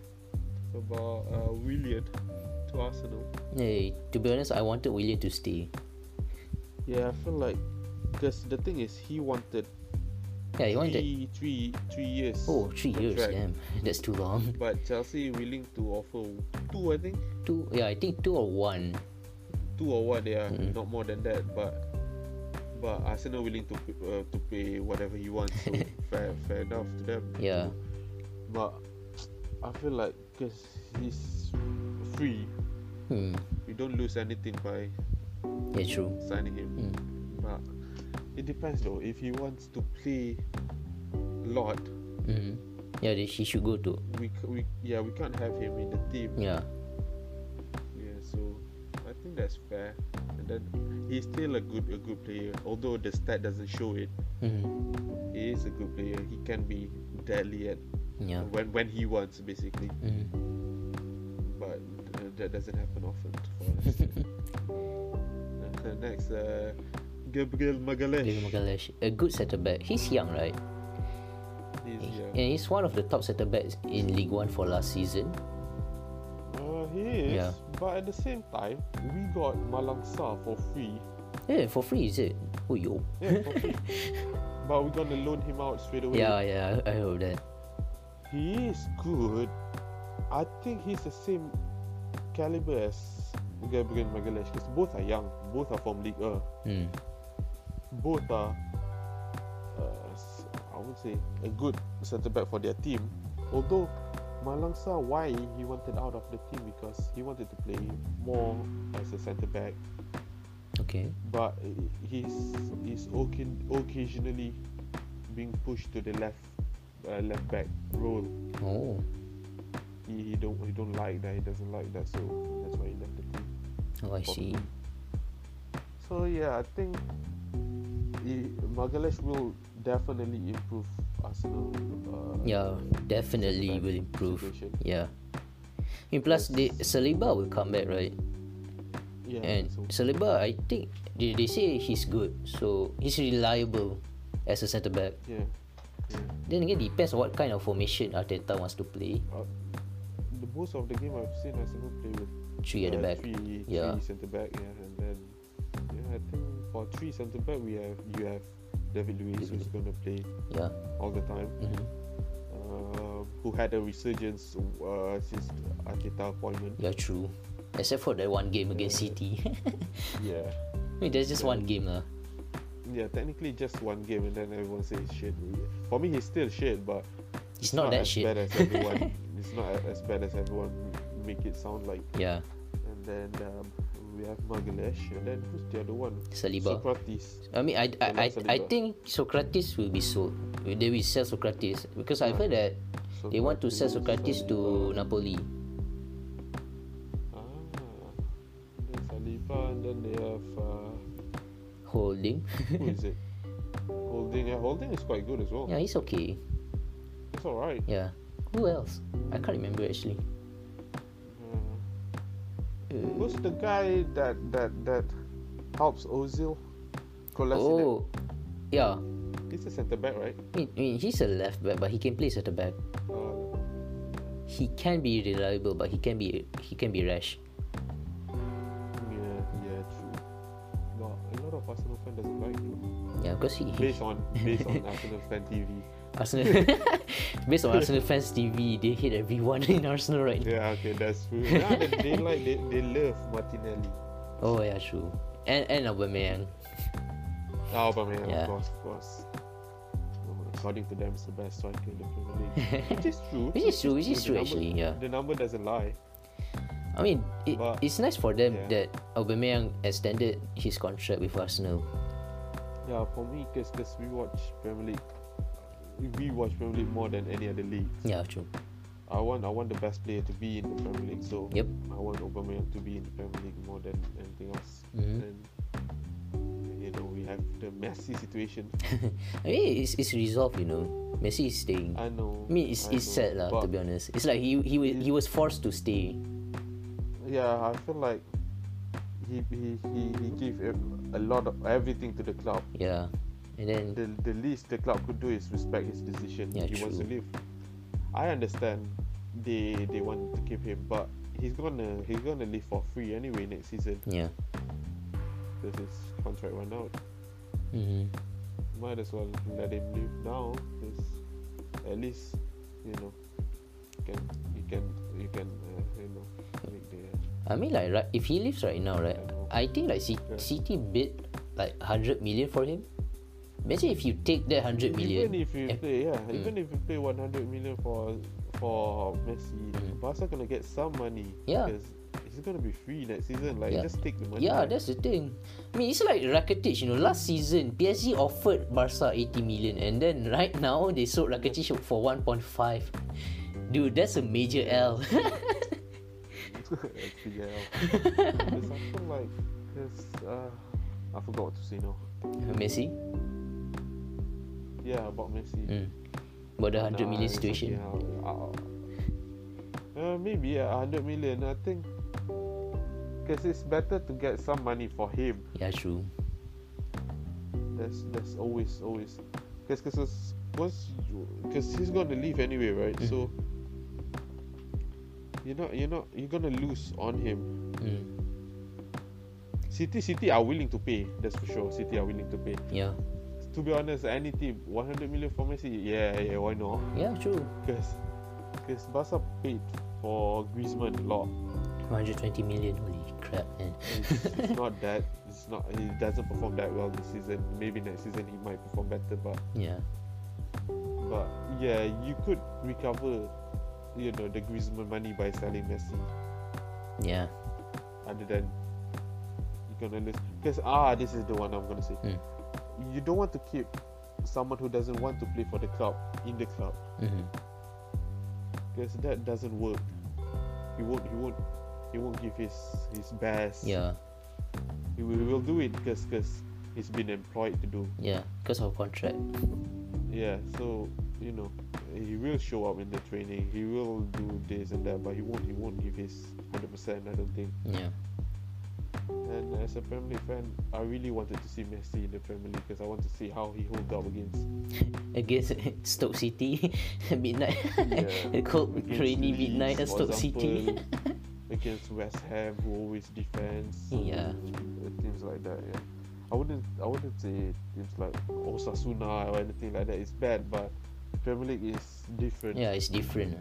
[SPEAKER 1] About uh, Willian to Arsenal.
[SPEAKER 2] Hey, to be honest, I wanted William to stay.
[SPEAKER 1] Yeah, I feel like because the thing is, he wanted
[SPEAKER 2] Yeah, he wanted.
[SPEAKER 1] three, three, three years.
[SPEAKER 2] Oh, three years.
[SPEAKER 1] contract,
[SPEAKER 2] Damn, that's too long.
[SPEAKER 1] But Chelsea willing to offer two, I think,
[SPEAKER 2] Two. Yeah, I think two or one.
[SPEAKER 1] two or what they are,
[SPEAKER 2] Mm-hmm.
[SPEAKER 1] not more than that. But but Arsenal willing to p- uh, to pay whatever he wants. So fair, fair enough to them.
[SPEAKER 2] Yeah.
[SPEAKER 1] But I feel like because he's free,
[SPEAKER 2] Hmm.
[SPEAKER 1] we don't lose anything by
[SPEAKER 2] Yeah, true.
[SPEAKER 1] signing him.
[SPEAKER 2] Mm.
[SPEAKER 1] But it depends though. If he wants to play a lot,
[SPEAKER 2] Mm. Yeah, they, he should go to.
[SPEAKER 1] we, c- we yeah we can't have him in the team.
[SPEAKER 2] Yeah.
[SPEAKER 1] Yeah, so I think that's fair. And then he's still a good a good player, although the stat doesn't show it.
[SPEAKER 2] Mm.
[SPEAKER 1] He is a good player. He can be deadly at
[SPEAKER 2] Yeah.
[SPEAKER 1] when when he wants, basically.
[SPEAKER 2] Mm.
[SPEAKER 1] But uh, that doesn't happen often. For us. Uh, Next, uh, Gabriel
[SPEAKER 2] David
[SPEAKER 1] Magalhaes.
[SPEAKER 2] Magalhaes, a good centre back. He's young, right?
[SPEAKER 1] He's, yeah.
[SPEAKER 2] And he's one of the top centre backs in League One for last season.
[SPEAKER 1] Uh, he is,
[SPEAKER 2] Yeah.
[SPEAKER 1] but at the same time, we got Malangsa for free.
[SPEAKER 2] Yeah, for free, is it? Oh, yo.
[SPEAKER 1] Yeah, for free. but we're gonna loan him out straight away.
[SPEAKER 2] Yeah, yeah, I I heard that.
[SPEAKER 1] He is good. I think he's the same caliber as Gabriel Magalhaes because both are young, both are from League One,
[SPEAKER 2] Hmm.
[SPEAKER 1] both are, uh, s- I would say, a good centre back for their team. Although Malangsa, why he wanted out of the team because he wanted to play more as a centre back,
[SPEAKER 2] Okay.
[SPEAKER 1] but i- he's he's oca- occasionally being pushed to the left uh, left back role.
[SPEAKER 2] Oh.
[SPEAKER 1] he, he don't he don't like that he doesn't like that so that's why he left the team
[SPEAKER 2] Oh, I see.
[SPEAKER 1] so yeah i think he, Magalhaes will definitely improve arsenal uh,
[SPEAKER 2] Yeah, definitely
[SPEAKER 1] centre-back
[SPEAKER 2] will improve.
[SPEAKER 1] situation.
[SPEAKER 2] Yeah. And plus, the Saliba will come back, right?
[SPEAKER 1] yeah
[SPEAKER 2] And
[SPEAKER 1] so,
[SPEAKER 2] Saliba, I think they, they say he's good, so he's reliable as a centre back.
[SPEAKER 1] yeah yeah
[SPEAKER 2] Then again, depends on what kind of formation Arteta wants to play.
[SPEAKER 1] Uh, the most of the game i've seen arsenal play with
[SPEAKER 2] Three at the
[SPEAKER 1] uh,
[SPEAKER 2] back.
[SPEAKER 1] three,
[SPEAKER 2] Yeah.
[SPEAKER 1] three center back yeah and then yeah i think for three center back we have you have david luiz who's going to play
[SPEAKER 2] Yeah.
[SPEAKER 1] all the time
[SPEAKER 2] hmm
[SPEAKER 1] um, who had a resurgence uh, since Arteta appointment.
[SPEAKER 2] Yeah, true. Except for that one game against City.
[SPEAKER 1] Yeah.
[SPEAKER 2] I mean, there's just one game lah.
[SPEAKER 1] Yeah, technically just one game and then everyone says shit. For me, he's still shit, but
[SPEAKER 2] It's not that
[SPEAKER 1] as
[SPEAKER 2] shit.
[SPEAKER 1] bad as everyone. it's not a- as bad as everyone make it sound like.
[SPEAKER 2] Yeah,
[SPEAKER 1] And then um, we have Magalesh, and then who's the other one?
[SPEAKER 2] Saliba.
[SPEAKER 1] Socrates.
[SPEAKER 2] I mean, I I, I,
[SPEAKER 1] Saliba.
[SPEAKER 2] I think Socrates will be sold. They will sell Socrates because I've heard that they want to sell Socrates to Napoli.
[SPEAKER 1] Ah, then Saliba, and then they have uh,
[SPEAKER 2] Holding.
[SPEAKER 1] who is it? Holding. Yeah, Holding is quite good as well.
[SPEAKER 2] yeah, he's okay.
[SPEAKER 1] It's all right.
[SPEAKER 2] Yeah. Who else? I can't remember actually.
[SPEAKER 1] Yeah.
[SPEAKER 2] Uh,
[SPEAKER 1] Who's the guy that that that helps Ozil? Kolasinac.
[SPEAKER 2] oh, yeah.
[SPEAKER 1] He's a centre back, right?
[SPEAKER 2] I mean, I mean, he's a left back, but he can play at the back.
[SPEAKER 1] Uh,
[SPEAKER 2] He can be reliable, but he can be he can be rash.
[SPEAKER 1] yeah, yeah, true. But a lot of Arsenal fans doesn't like him.
[SPEAKER 2] Yeah, because he,
[SPEAKER 1] Based on based on Arsenal fan TV.
[SPEAKER 2] Arsenal. Based on Arsenal fans TV, they hate everyone in Arsenal right now.
[SPEAKER 1] Yeah, okay, that's true. Now that they like they, they love Martinelli.
[SPEAKER 2] Oh yeah, true. And and Aubameyang.
[SPEAKER 1] Oh, but man, of
[SPEAKER 2] Yeah.
[SPEAKER 1] course, of course. Oh, According to them, it's the best striker in the Premier League, which is true.
[SPEAKER 2] Which is true, which is
[SPEAKER 1] The
[SPEAKER 2] true
[SPEAKER 1] number-
[SPEAKER 2] actually. Yeah.
[SPEAKER 1] the number doesn't lie.
[SPEAKER 2] I mean, it,
[SPEAKER 1] But-
[SPEAKER 2] it's nice for them
[SPEAKER 1] yeah.
[SPEAKER 2] that Aubameyang extended his contract with Arsenal.
[SPEAKER 1] Yeah, for me, because we watch Premier League, we watch Premier League more than any other league.
[SPEAKER 2] Yeah, true.
[SPEAKER 1] I want I want the best player to be in the Premier League. So
[SPEAKER 2] Yep.
[SPEAKER 1] I want Aubameyang to be in the Premier League more than anything else.
[SPEAKER 2] Mhm.
[SPEAKER 1] And you know we have the Messi situation.
[SPEAKER 2] I mean, it's, it's resolved, you know. Messi is staying.
[SPEAKER 1] I know.
[SPEAKER 2] I mean, it's,
[SPEAKER 1] I
[SPEAKER 2] it's
[SPEAKER 1] know,
[SPEAKER 2] sad lah, to
[SPEAKER 1] but-
[SPEAKER 2] be honest. It's like he he wa- he was forced to stay.
[SPEAKER 1] Yeah, I feel like he he he, he gave ev- a lot of everything to the club.
[SPEAKER 2] Yeah, and then
[SPEAKER 1] The the least the club could do is respect his decision.
[SPEAKER 2] Mm. Yeah,
[SPEAKER 1] he wants to
[SPEAKER 2] true.
[SPEAKER 1] leave. I understand they they want to keep him, but he's gonna he's gonna leave for free anyway next season
[SPEAKER 2] yeah.
[SPEAKER 1] because his contract run out.
[SPEAKER 2] hmm
[SPEAKER 1] Might as well let him leave now because at least you know can you can you can uh, you know make the
[SPEAKER 2] I mean, like right, if he leaves right now, right? I think like C-
[SPEAKER 1] Yeah.
[SPEAKER 2] City bid like hundred million for him. Imagine if you take that hundred million. Eh.
[SPEAKER 1] Even
[SPEAKER 2] Hmm.
[SPEAKER 1] if you
[SPEAKER 2] and-
[SPEAKER 1] play, yeah, even if you play 100 million for for Messi,
[SPEAKER 2] Mm.
[SPEAKER 1] Barca gonna get some money.
[SPEAKER 2] Yeah.
[SPEAKER 1] because he's gonna be free next season. Like,
[SPEAKER 2] Yeah.
[SPEAKER 1] just take the money.
[SPEAKER 2] yeah,
[SPEAKER 1] back.
[SPEAKER 2] that's the thing. I mean, it's like Rakitic. You know, last season PSG offered Barca eighty million, and then right now they sold Rakitic for one point five. Dude, that's a major L.
[SPEAKER 1] Actually, yeah. There's something like this. Uh, I forgot what to say now.
[SPEAKER 2] Messi,
[SPEAKER 1] Yeah, about Messi.
[SPEAKER 2] mm. about the hundred
[SPEAKER 1] Nah,
[SPEAKER 2] million
[SPEAKER 1] it's
[SPEAKER 2] situation.
[SPEAKER 1] okay, yeah, I'll- uh, maybe yeah, 100 million. I think because it's better to get some money for him
[SPEAKER 2] Yeah, true.
[SPEAKER 1] That's that's always always because because once because he's going to leave anyway, right? So you're not you're not you're gonna lose on him.
[SPEAKER 2] Mm.
[SPEAKER 1] City City are willing to pay. That's for sure. City are willing to pay.
[SPEAKER 2] Yeah,
[SPEAKER 1] To be honest, any team 100 million for Messi, yeah yeah why not?
[SPEAKER 2] yeah, true.
[SPEAKER 1] Because because Barca paid for Griezmann a lot.
[SPEAKER 2] 120 million. Holy crap, man.
[SPEAKER 1] It's, it's not that it's not he doesn't perform that well this season. Maybe next season he might perform better, but
[SPEAKER 2] Yeah.
[SPEAKER 1] But yeah, you could recover, you know, the Griezmann money by selling Messi.
[SPEAKER 2] Yeah.
[SPEAKER 1] Other than you're gonna lose, because ah, this is the one I'm gonna say.
[SPEAKER 2] Mm.
[SPEAKER 1] You don't want to keep someone who doesn't want to play for the club in the club,
[SPEAKER 2] hmm
[SPEAKER 1] because that doesn't work. He won't. He won't. He won't give his his best.
[SPEAKER 2] Yeah.
[SPEAKER 1] He will, he will do it because because he's been employed to do.
[SPEAKER 2] Yeah. Because of contract.
[SPEAKER 1] Yeah. So you know, he will show up in the training. He will do this and that, but he won't. He won't give his hundred percent. I don't think.
[SPEAKER 2] Yeah.
[SPEAKER 1] And as a Premier League fan, I really wanted to see Messi in the Premier League because I want to see how he holds up against
[SPEAKER 2] Against Stoke City, midnight.
[SPEAKER 1] Yeah.
[SPEAKER 2] A cold,
[SPEAKER 1] against
[SPEAKER 2] rainy
[SPEAKER 1] Leeds,
[SPEAKER 2] midnight at
[SPEAKER 1] for
[SPEAKER 2] Stoke City.
[SPEAKER 1] example, against West Ham, who always defends.
[SPEAKER 2] Yeah.
[SPEAKER 1] uh, teams like that. Yeah, I wouldn't. I wouldn't say teams like Osasuna or anything like that is bad, but Premier League is different.
[SPEAKER 2] yeah, it's different.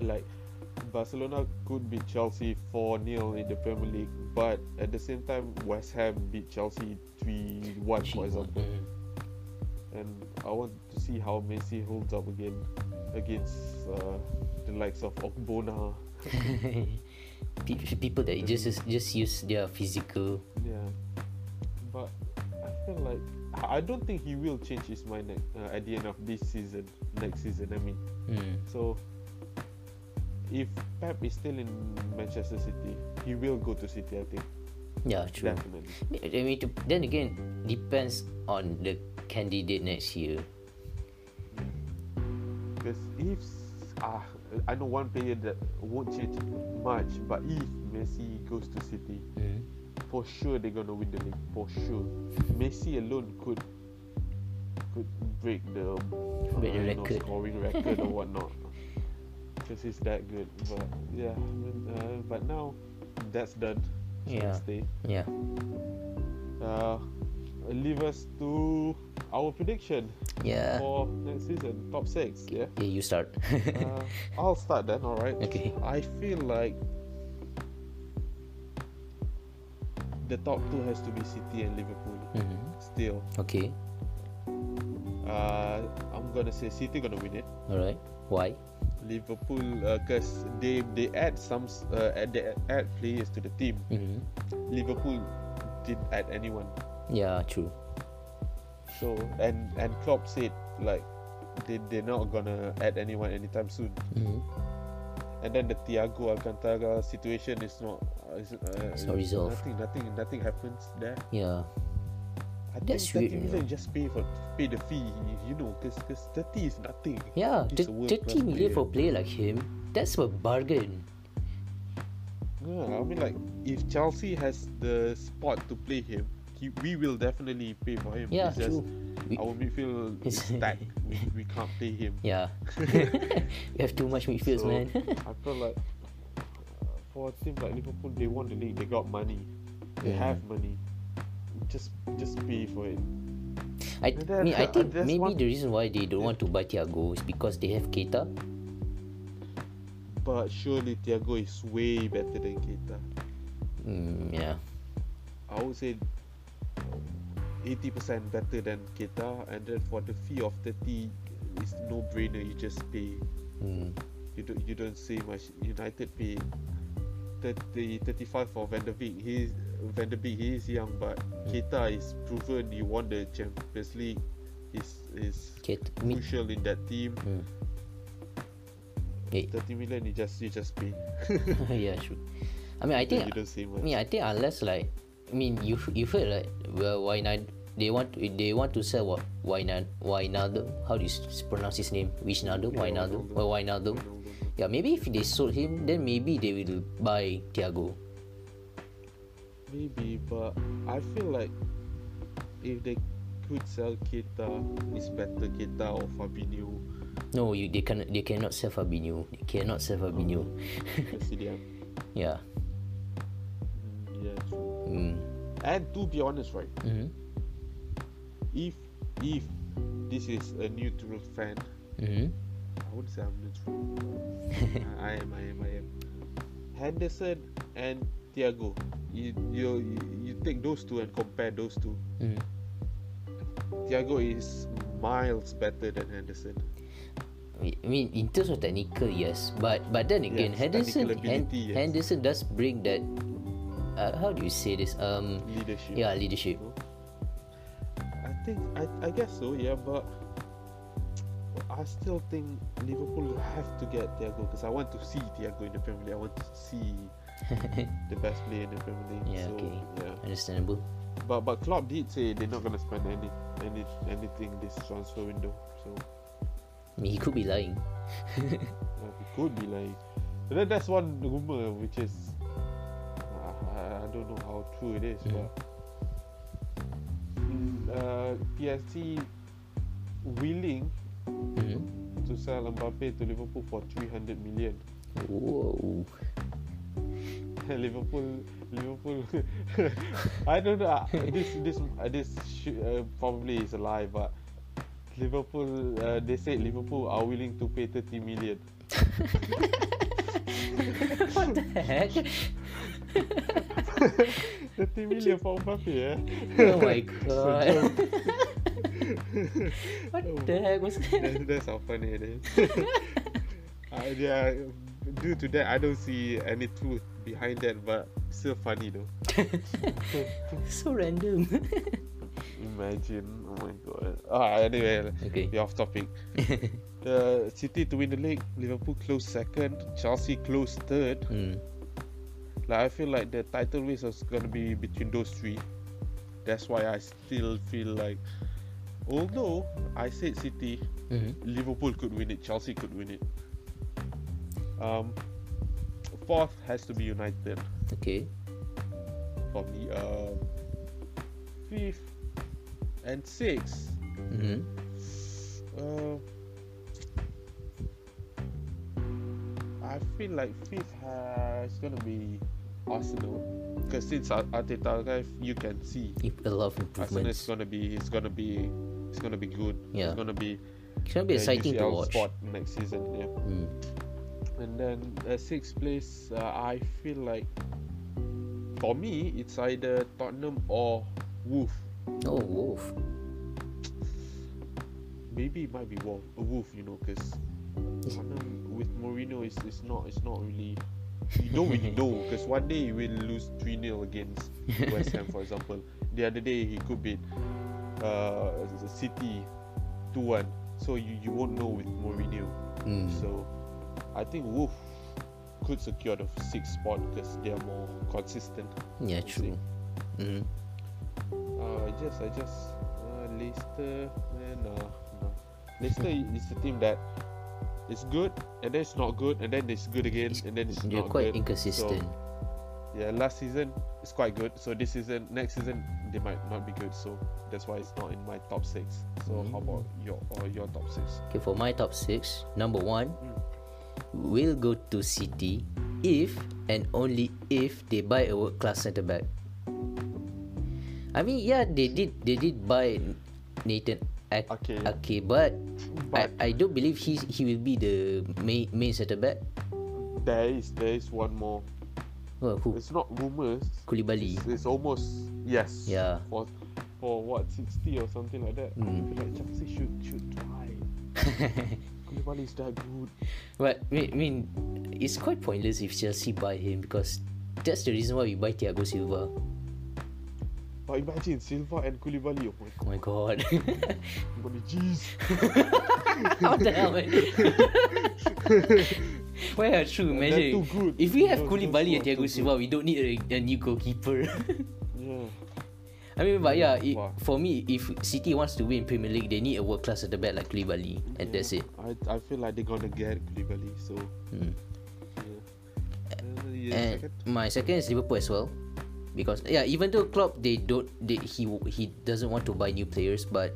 [SPEAKER 1] Like Barcelona could beat Chelsea four 0 in the Premier League, but at the same time, West Ham beat Chelsea three one,
[SPEAKER 2] Cheap
[SPEAKER 1] for example.
[SPEAKER 2] one.
[SPEAKER 1] and I want to see how Messi holds up again against uh, the likes of Ogbonna.
[SPEAKER 2] Mm. Pe- People that just just use their physical.
[SPEAKER 1] Yeah, but I feel like I I don't think he will change his mind ne- uh, at the end of this season, next season. I mean,
[SPEAKER 2] Mm.
[SPEAKER 1] so if Pep is still in Manchester City, he will go to City. I think
[SPEAKER 2] Yeah, true.
[SPEAKER 1] definitely.
[SPEAKER 2] I mean, to, then again, depends on the candidate next year.
[SPEAKER 1] Because if ah, I know one player that won't change much, but if Messi goes to City,
[SPEAKER 2] Mm.
[SPEAKER 1] for sure they're gonna win the league for sure. Messi alone could could break the, I
[SPEAKER 2] Break the
[SPEAKER 1] don't know,
[SPEAKER 2] record.
[SPEAKER 1] scoring record or whatnot. Because he's that good. But yeah, I mean, uh, but now that's done.
[SPEAKER 2] Yeah.
[SPEAKER 1] Stay.
[SPEAKER 2] Yeah.
[SPEAKER 1] Uh, leave us to our prediction
[SPEAKER 2] Yeah.
[SPEAKER 1] for next season, top six. Yeah.
[SPEAKER 2] Yeah, you start.
[SPEAKER 1] Uh, I'll start then. All right.
[SPEAKER 2] Okay.
[SPEAKER 1] I feel like the top two has to be City and Liverpool.
[SPEAKER 2] Mhm.
[SPEAKER 1] Still,
[SPEAKER 2] Okay.
[SPEAKER 1] uh, I'm gonna say City gonna win it.
[SPEAKER 2] All right. Why?
[SPEAKER 1] Liverpool, because they they add some s- uh, add- they add players to the team.
[SPEAKER 2] hmm
[SPEAKER 1] Liverpool didn't add anyone.
[SPEAKER 2] Yeah, true.
[SPEAKER 1] So and and Klopp said like they they're not gonna add anyone anytime soon.
[SPEAKER 2] Mhm.
[SPEAKER 1] And then the Thiago Alcantara situation is not uh, is, uh,
[SPEAKER 2] It's not resolved.
[SPEAKER 1] Nothing nothing nothing happens there.
[SPEAKER 2] Yeah.
[SPEAKER 1] I
[SPEAKER 2] That's
[SPEAKER 1] think 30
[SPEAKER 2] weird, you know.
[SPEAKER 1] million just pay for pay the fee, you know, because thirty is nothing.
[SPEAKER 2] Yeah,
[SPEAKER 1] He's
[SPEAKER 2] th-
[SPEAKER 1] a world-class
[SPEAKER 2] 30 million
[SPEAKER 1] player.
[SPEAKER 2] for a player like him, that's a bargain.
[SPEAKER 1] Yeah, I mean like if Chelsea has the spot to play him, he, we will definitely pay for him.
[SPEAKER 2] Yeah,
[SPEAKER 1] it's just
[SPEAKER 2] true. We-
[SPEAKER 1] our midfield is
[SPEAKER 2] It's-
[SPEAKER 1] stacked. we, we can't pay him.
[SPEAKER 2] Yeah. we have too much midfields,
[SPEAKER 1] So-
[SPEAKER 2] man.
[SPEAKER 1] I feel like uh, for a team like Liverpool, they won the league. They got money. They
[SPEAKER 2] Yeah.
[SPEAKER 1] have money. Just just pay for it.
[SPEAKER 2] I,
[SPEAKER 1] And
[SPEAKER 2] I
[SPEAKER 1] then,
[SPEAKER 2] mean, I
[SPEAKER 1] uh,
[SPEAKER 2] think
[SPEAKER 1] there's
[SPEAKER 2] maybe
[SPEAKER 1] one-
[SPEAKER 2] the reason why they don't want to buy Thiago is because they have Keita.
[SPEAKER 1] But surely Thiago is way better than Keita.
[SPEAKER 2] Mm, yeah.
[SPEAKER 1] I would say 80% better than Keita, and then for the fee of 30, it's no brainer. You just pay.
[SPEAKER 2] Mm.
[SPEAKER 1] You don't you don't say much. United pay 30, 35 for Van der Beek. He's Van der Beek. He is young, but Keita is proven. He won the Champions League. He's is
[SPEAKER 2] Keita. Me-
[SPEAKER 1] crucial in that team.
[SPEAKER 2] Mm. Eh,
[SPEAKER 1] 30 million, you just you just pay.
[SPEAKER 2] yeah, true. I mean, I think
[SPEAKER 1] you don't see much.
[SPEAKER 2] I mean, I think unless like, I mean, you you feel like well, why not? They want to, they want to sell what? Why not? Why not? How do you s- pronounce his name? Wijnaldum? Why not? Or why not? Yeah, maybe if they sold him, then maybe they will buy Thiago.
[SPEAKER 1] Maybe, but I feel like if they could sell Keita, it's better Keita or Fabinho.
[SPEAKER 2] No, you, they can they cannot sell Fabinho. They cannot sell Fabinho.
[SPEAKER 1] the CDM.
[SPEAKER 2] Yeah.
[SPEAKER 1] Mm, yeah, true.
[SPEAKER 2] Mm.
[SPEAKER 1] And to be honest, right,
[SPEAKER 2] Mm-hmm.
[SPEAKER 1] if if this is a neutral fan,
[SPEAKER 2] Mm-hmm.
[SPEAKER 1] I wouldn't say I'm neutral. but I, I am, I am, I am. Henderson and Thiago. You, you you take those two and compare those two.
[SPEAKER 2] Mm.
[SPEAKER 1] Thiago is miles better than Henderson.
[SPEAKER 2] I mean, in terms of technical, yes, but but then again,
[SPEAKER 1] Yes,
[SPEAKER 2] Henderson
[SPEAKER 1] technical
[SPEAKER 2] Hen-
[SPEAKER 1] ability, yes.
[SPEAKER 2] Henderson does bring that. Uh, how do you say this? Um,
[SPEAKER 1] Leadership.
[SPEAKER 2] yeah, leadership.
[SPEAKER 1] I think I, I guess so, yeah, but I still think Liverpool have to get Thiago because I want to see Thiago in the Premier League. I want to see the best player in the Premier League.
[SPEAKER 2] Yeah,
[SPEAKER 1] so,
[SPEAKER 2] okay.
[SPEAKER 1] yeah.
[SPEAKER 2] Understandable.
[SPEAKER 1] But but Klopp did say they're not gonna spend any any anything this transfer window. So
[SPEAKER 2] I mean, he could be lying.
[SPEAKER 1] yeah, Oh, it could be like and then that's one rumor which is I, I- I don't know how true it is,
[SPEAKER 2] Mhm.
[SPEAKER 1] but mm, uh, PSG willing
[SPEAKER 2] Mm-hmm.
[SPEAKER 1] to sell Mbappe to Liverpool for 300 million.
[SPEAKER 2] Whoa.
[SPEAKER 1] Liverpool, Liverpool. I don't know. uh, This, this, uh, this sh- uh, probably is a lie, but Liverpool. Uh, they said Liverpool are willing to pay 30 million.
[SPEAKER 2] what the heck?
[SPEAKER 1] 30 million for Mbappe, eh?
[SPEAKER 2] Oh my god. what
[SPEAKER 1] Oh.
[SPEAKER 2] the heck was that?
[SPEAKER 1] that's, that's how funny it is. uh, yeah, due to that, I don't see any truth behind that, but still funny though.
[SPEAKER 2] so random.
[SPEAKER 1] Imagine, oh my god. Ah, anyway,
[SPEAKER 2] okay.
[SPEAKER 1] we're off topic. The City to win the league, Liverpool closed second, Chelsea closed third.
[SPEAKER 2] Mm.
[SPEAKER 1] Like I feel like the title race is gonna be between those three. That's why I still feel like, although I said City,
[SPEAKER 2] hmm
[SPEAKER 1] Liverpool could win it, Chelsea could win it. Um, fourth has to be United
[SPEAKER 2] Okay.
[SPEAKER 1] for me. Um, fifth and sixth.
[SPEAKER 2] Mm-hmm.
[SPEAKER 1] Um, I feel like fifth has gonna be Arsenal because since Ar- Arteta arrived, you can see
[SPEAKER 2] A lot of
[SPEAKER 1] Arsenal is
[SPEAKER 2] improvements.
[SPEAKER 1] gonna be it's gonna be it's gonna be good.
[SPEAKER 2] Yeah.
[SPEAKER 1] It's gonna be
[SPEAKER 2] It's gonna be
[SPEAKER 1] the
[SPEAKER 2] exciting to
[SPEAKER 1] UCL
[SPEAKER 2] watch.
[SPEAKER 1] spot next season. Yeah.
[SPEAKER 2] Mm.
[SPEAKER 1] And then uh, sixth place, uh, I feel like for me it's either Tottenham or Wolf.
[SPEAKER 2] Oh, Wolf.
[SPEAKER 1] Maybe it might be Wolf, a Wolf, you know, because Tottenham with Mourinho is it's not it's not really. You don't really know because one day he will lose 3 0 against West Ham, for example. The other day he could beat uh, City 2 1. So you, you won't know with Mourinho.
[SPEAKER 2] Hmm.
[SPEAKER 1] So I think Wolf could secure the sixth spot because they are more consistent.
[SPEAKER 2] Yeah,
[SPEAKER 1] We'll see.
[SPEAKER 2] true. Mm.
[SPEAKER 1] Uh, yes, I just uh, Leicester. Eh, no, no. Leicester i- is a team that it's good and then it's not good and then it's good again
[SPEAKER 2] It's-
[SPEAKER 1] and then it's
[SPEAKER 2] They're
[SPEAKER 1] not
[SPEAKER 2] quite
[SPEAKER 1] good.
[SPEAKER 2] inconsistent.
[SPEAKER 1] So, yeah, last season it's quite good. So this season, next season they might not be good. So that's why it's not in my top six. So how about
[SPEAKER 2] Mm.
[SPEAKER 1] your or your top six?
[SPEAKER 2] Okay, for my top six, number one
[SPEAKER 1] Mm.
[SPEAKER 2] will go to City if and only if they buy a world class centre back. I mean, yeah, they did they did buy Nathan Ak-
[SPEAKER 1] Ake.
[SPEAKER 2] Ake, but,
[SPEAKER 1] But-
[SPEAKER 2] I, I don't believe he he will be the main main centre back.
[SPEAKER 1] There is there is one more.
[SPEAKER 2] Well, who?
[SPEAKER 1] It's not rumors.
[SPEAKER 2] Koulibaly.
[SPEAKER 1] It's, it's almost yes.
[SPEAKER 2] Yeah.
[SPEAKER 1] For for what sixty or something like that.
[SPEAKER 2] Mm.
[SPEAKER 1] I feel like Chelsea should should try. Koulibaly is that good.
[SPEAKER 2] But I mean, it's quite pointless if Chelsea buy him because that's the reason why we buy Thiago Silva. Oh
[SPEAKER 1] But imagine Silva and Koulibaly. Oh my god.
[SPEAKER 2] Oh my god.
[SPEAKER 1] Koulibaly, jeez.
[SPEAKER 2] How the hell, man? well, yeah, true.
[SPEAKER 1] They're
[SPEAKER 2] Imagine
[SPEAKER 1] too good.
[SPEAKER 2] if we have
[SPEAKER 1] Those-
[SPEAKER 2] Koulibaly
[SPEAKER 1] those
[SPEAKER 2] and
[SPEAKER 1] two are
[SPEAKER 2] Thiago
[SPEAKER 1] too
[SPEAKER 2] Silva, we don't need a, a new goalkeeper.
[SPEAKER 1] Yeah.
[SPEAKER 2] I mean, but yeah, it,
[SPEAKER 1] Wow.
[SPEAKER 2] for me, if City wants to win Premier League, they need a world class at the back like Koulibaly,
[SPEAKER 1] yeah.
[SPEAKER 2] and that's it.
[SPEAKER 1] I I feel like they're gonna get Koulibaly. So.
[SPEAKER 2] Mm.
[SPEAKER 1] Yeah. Uh, yeah,
[SPEAKER 2] and
[SPEAKER 1] second.
[SPEAKER 2] my second is Liverpool as well, because yeah, even though Klopp they don't they, he he doesn't want to buy new players, but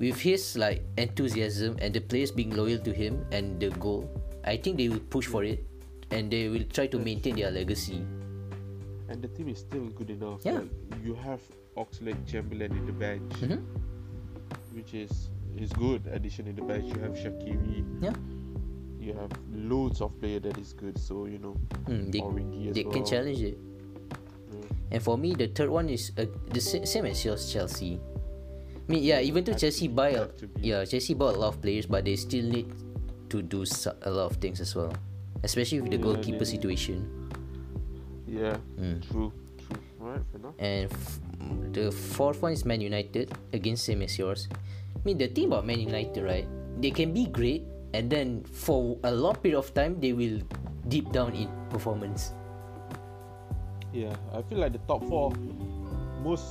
[SPEAKER 2] with his like enthusiasm and the players being loyal to him and the goal, I think they will push for it, and they will try to maintain their legacy.
[SPEAKER 1] And the team is still good enough.
[SPEAKER 2] Yeah.
[SPEAKER 1] Like, you have Oxlade Chamberlain in the bench,
[SPEAKER 2] Mhm. Mm-hmm.
[SPEAKER 1] which is is good addition in the bench. You have Shakiri.
[SPEAKER 2] Yeah.
[SPEAKER 1] You have loads of player that is good. So you know.
[SPEAKER 2] Mm, they
[SPEAKER 1] Origi as
[SPEAKER 2] they can
[SPEAKER 1] well. Hmm.
[SPEAKER 2] challenge it.
[SPEAKER 1] Yeah.
[SPEAKER 2] And for me, the third one is uh, the sa- same as yours, Chelsea. I mean, yeah, even though
[SPEAKER 1] Have to
[SPEAKER 2] Chelsea
[SPEAKER 1] be-
[SPEAKER 2] buy a,
[SPEAKER 1] have to be.
[SPEAKER 2] yeah Chelsea bought a lot of players, but they still need to do so- a lot of things as well, especially with the
[SPEAKER 1] Yeah,
[SPEAKER 2] goalkeeper
[SPEAKER 1] they-
[SPEAKER 2] situation.
[SPEAKER 1] Yeah.
[SPEAKER 2] Mm.
[SPEAKER 1] True. True. Alright. Fair enough.
[SPEAKER 2] And f- the fourth one is Man United again, same as yours. I mean, the thing about Man United, right? They can be great, and then for a long period of time, they will deep down in performance.
[SPEAKER 1] Yeah, I feel like the top four, most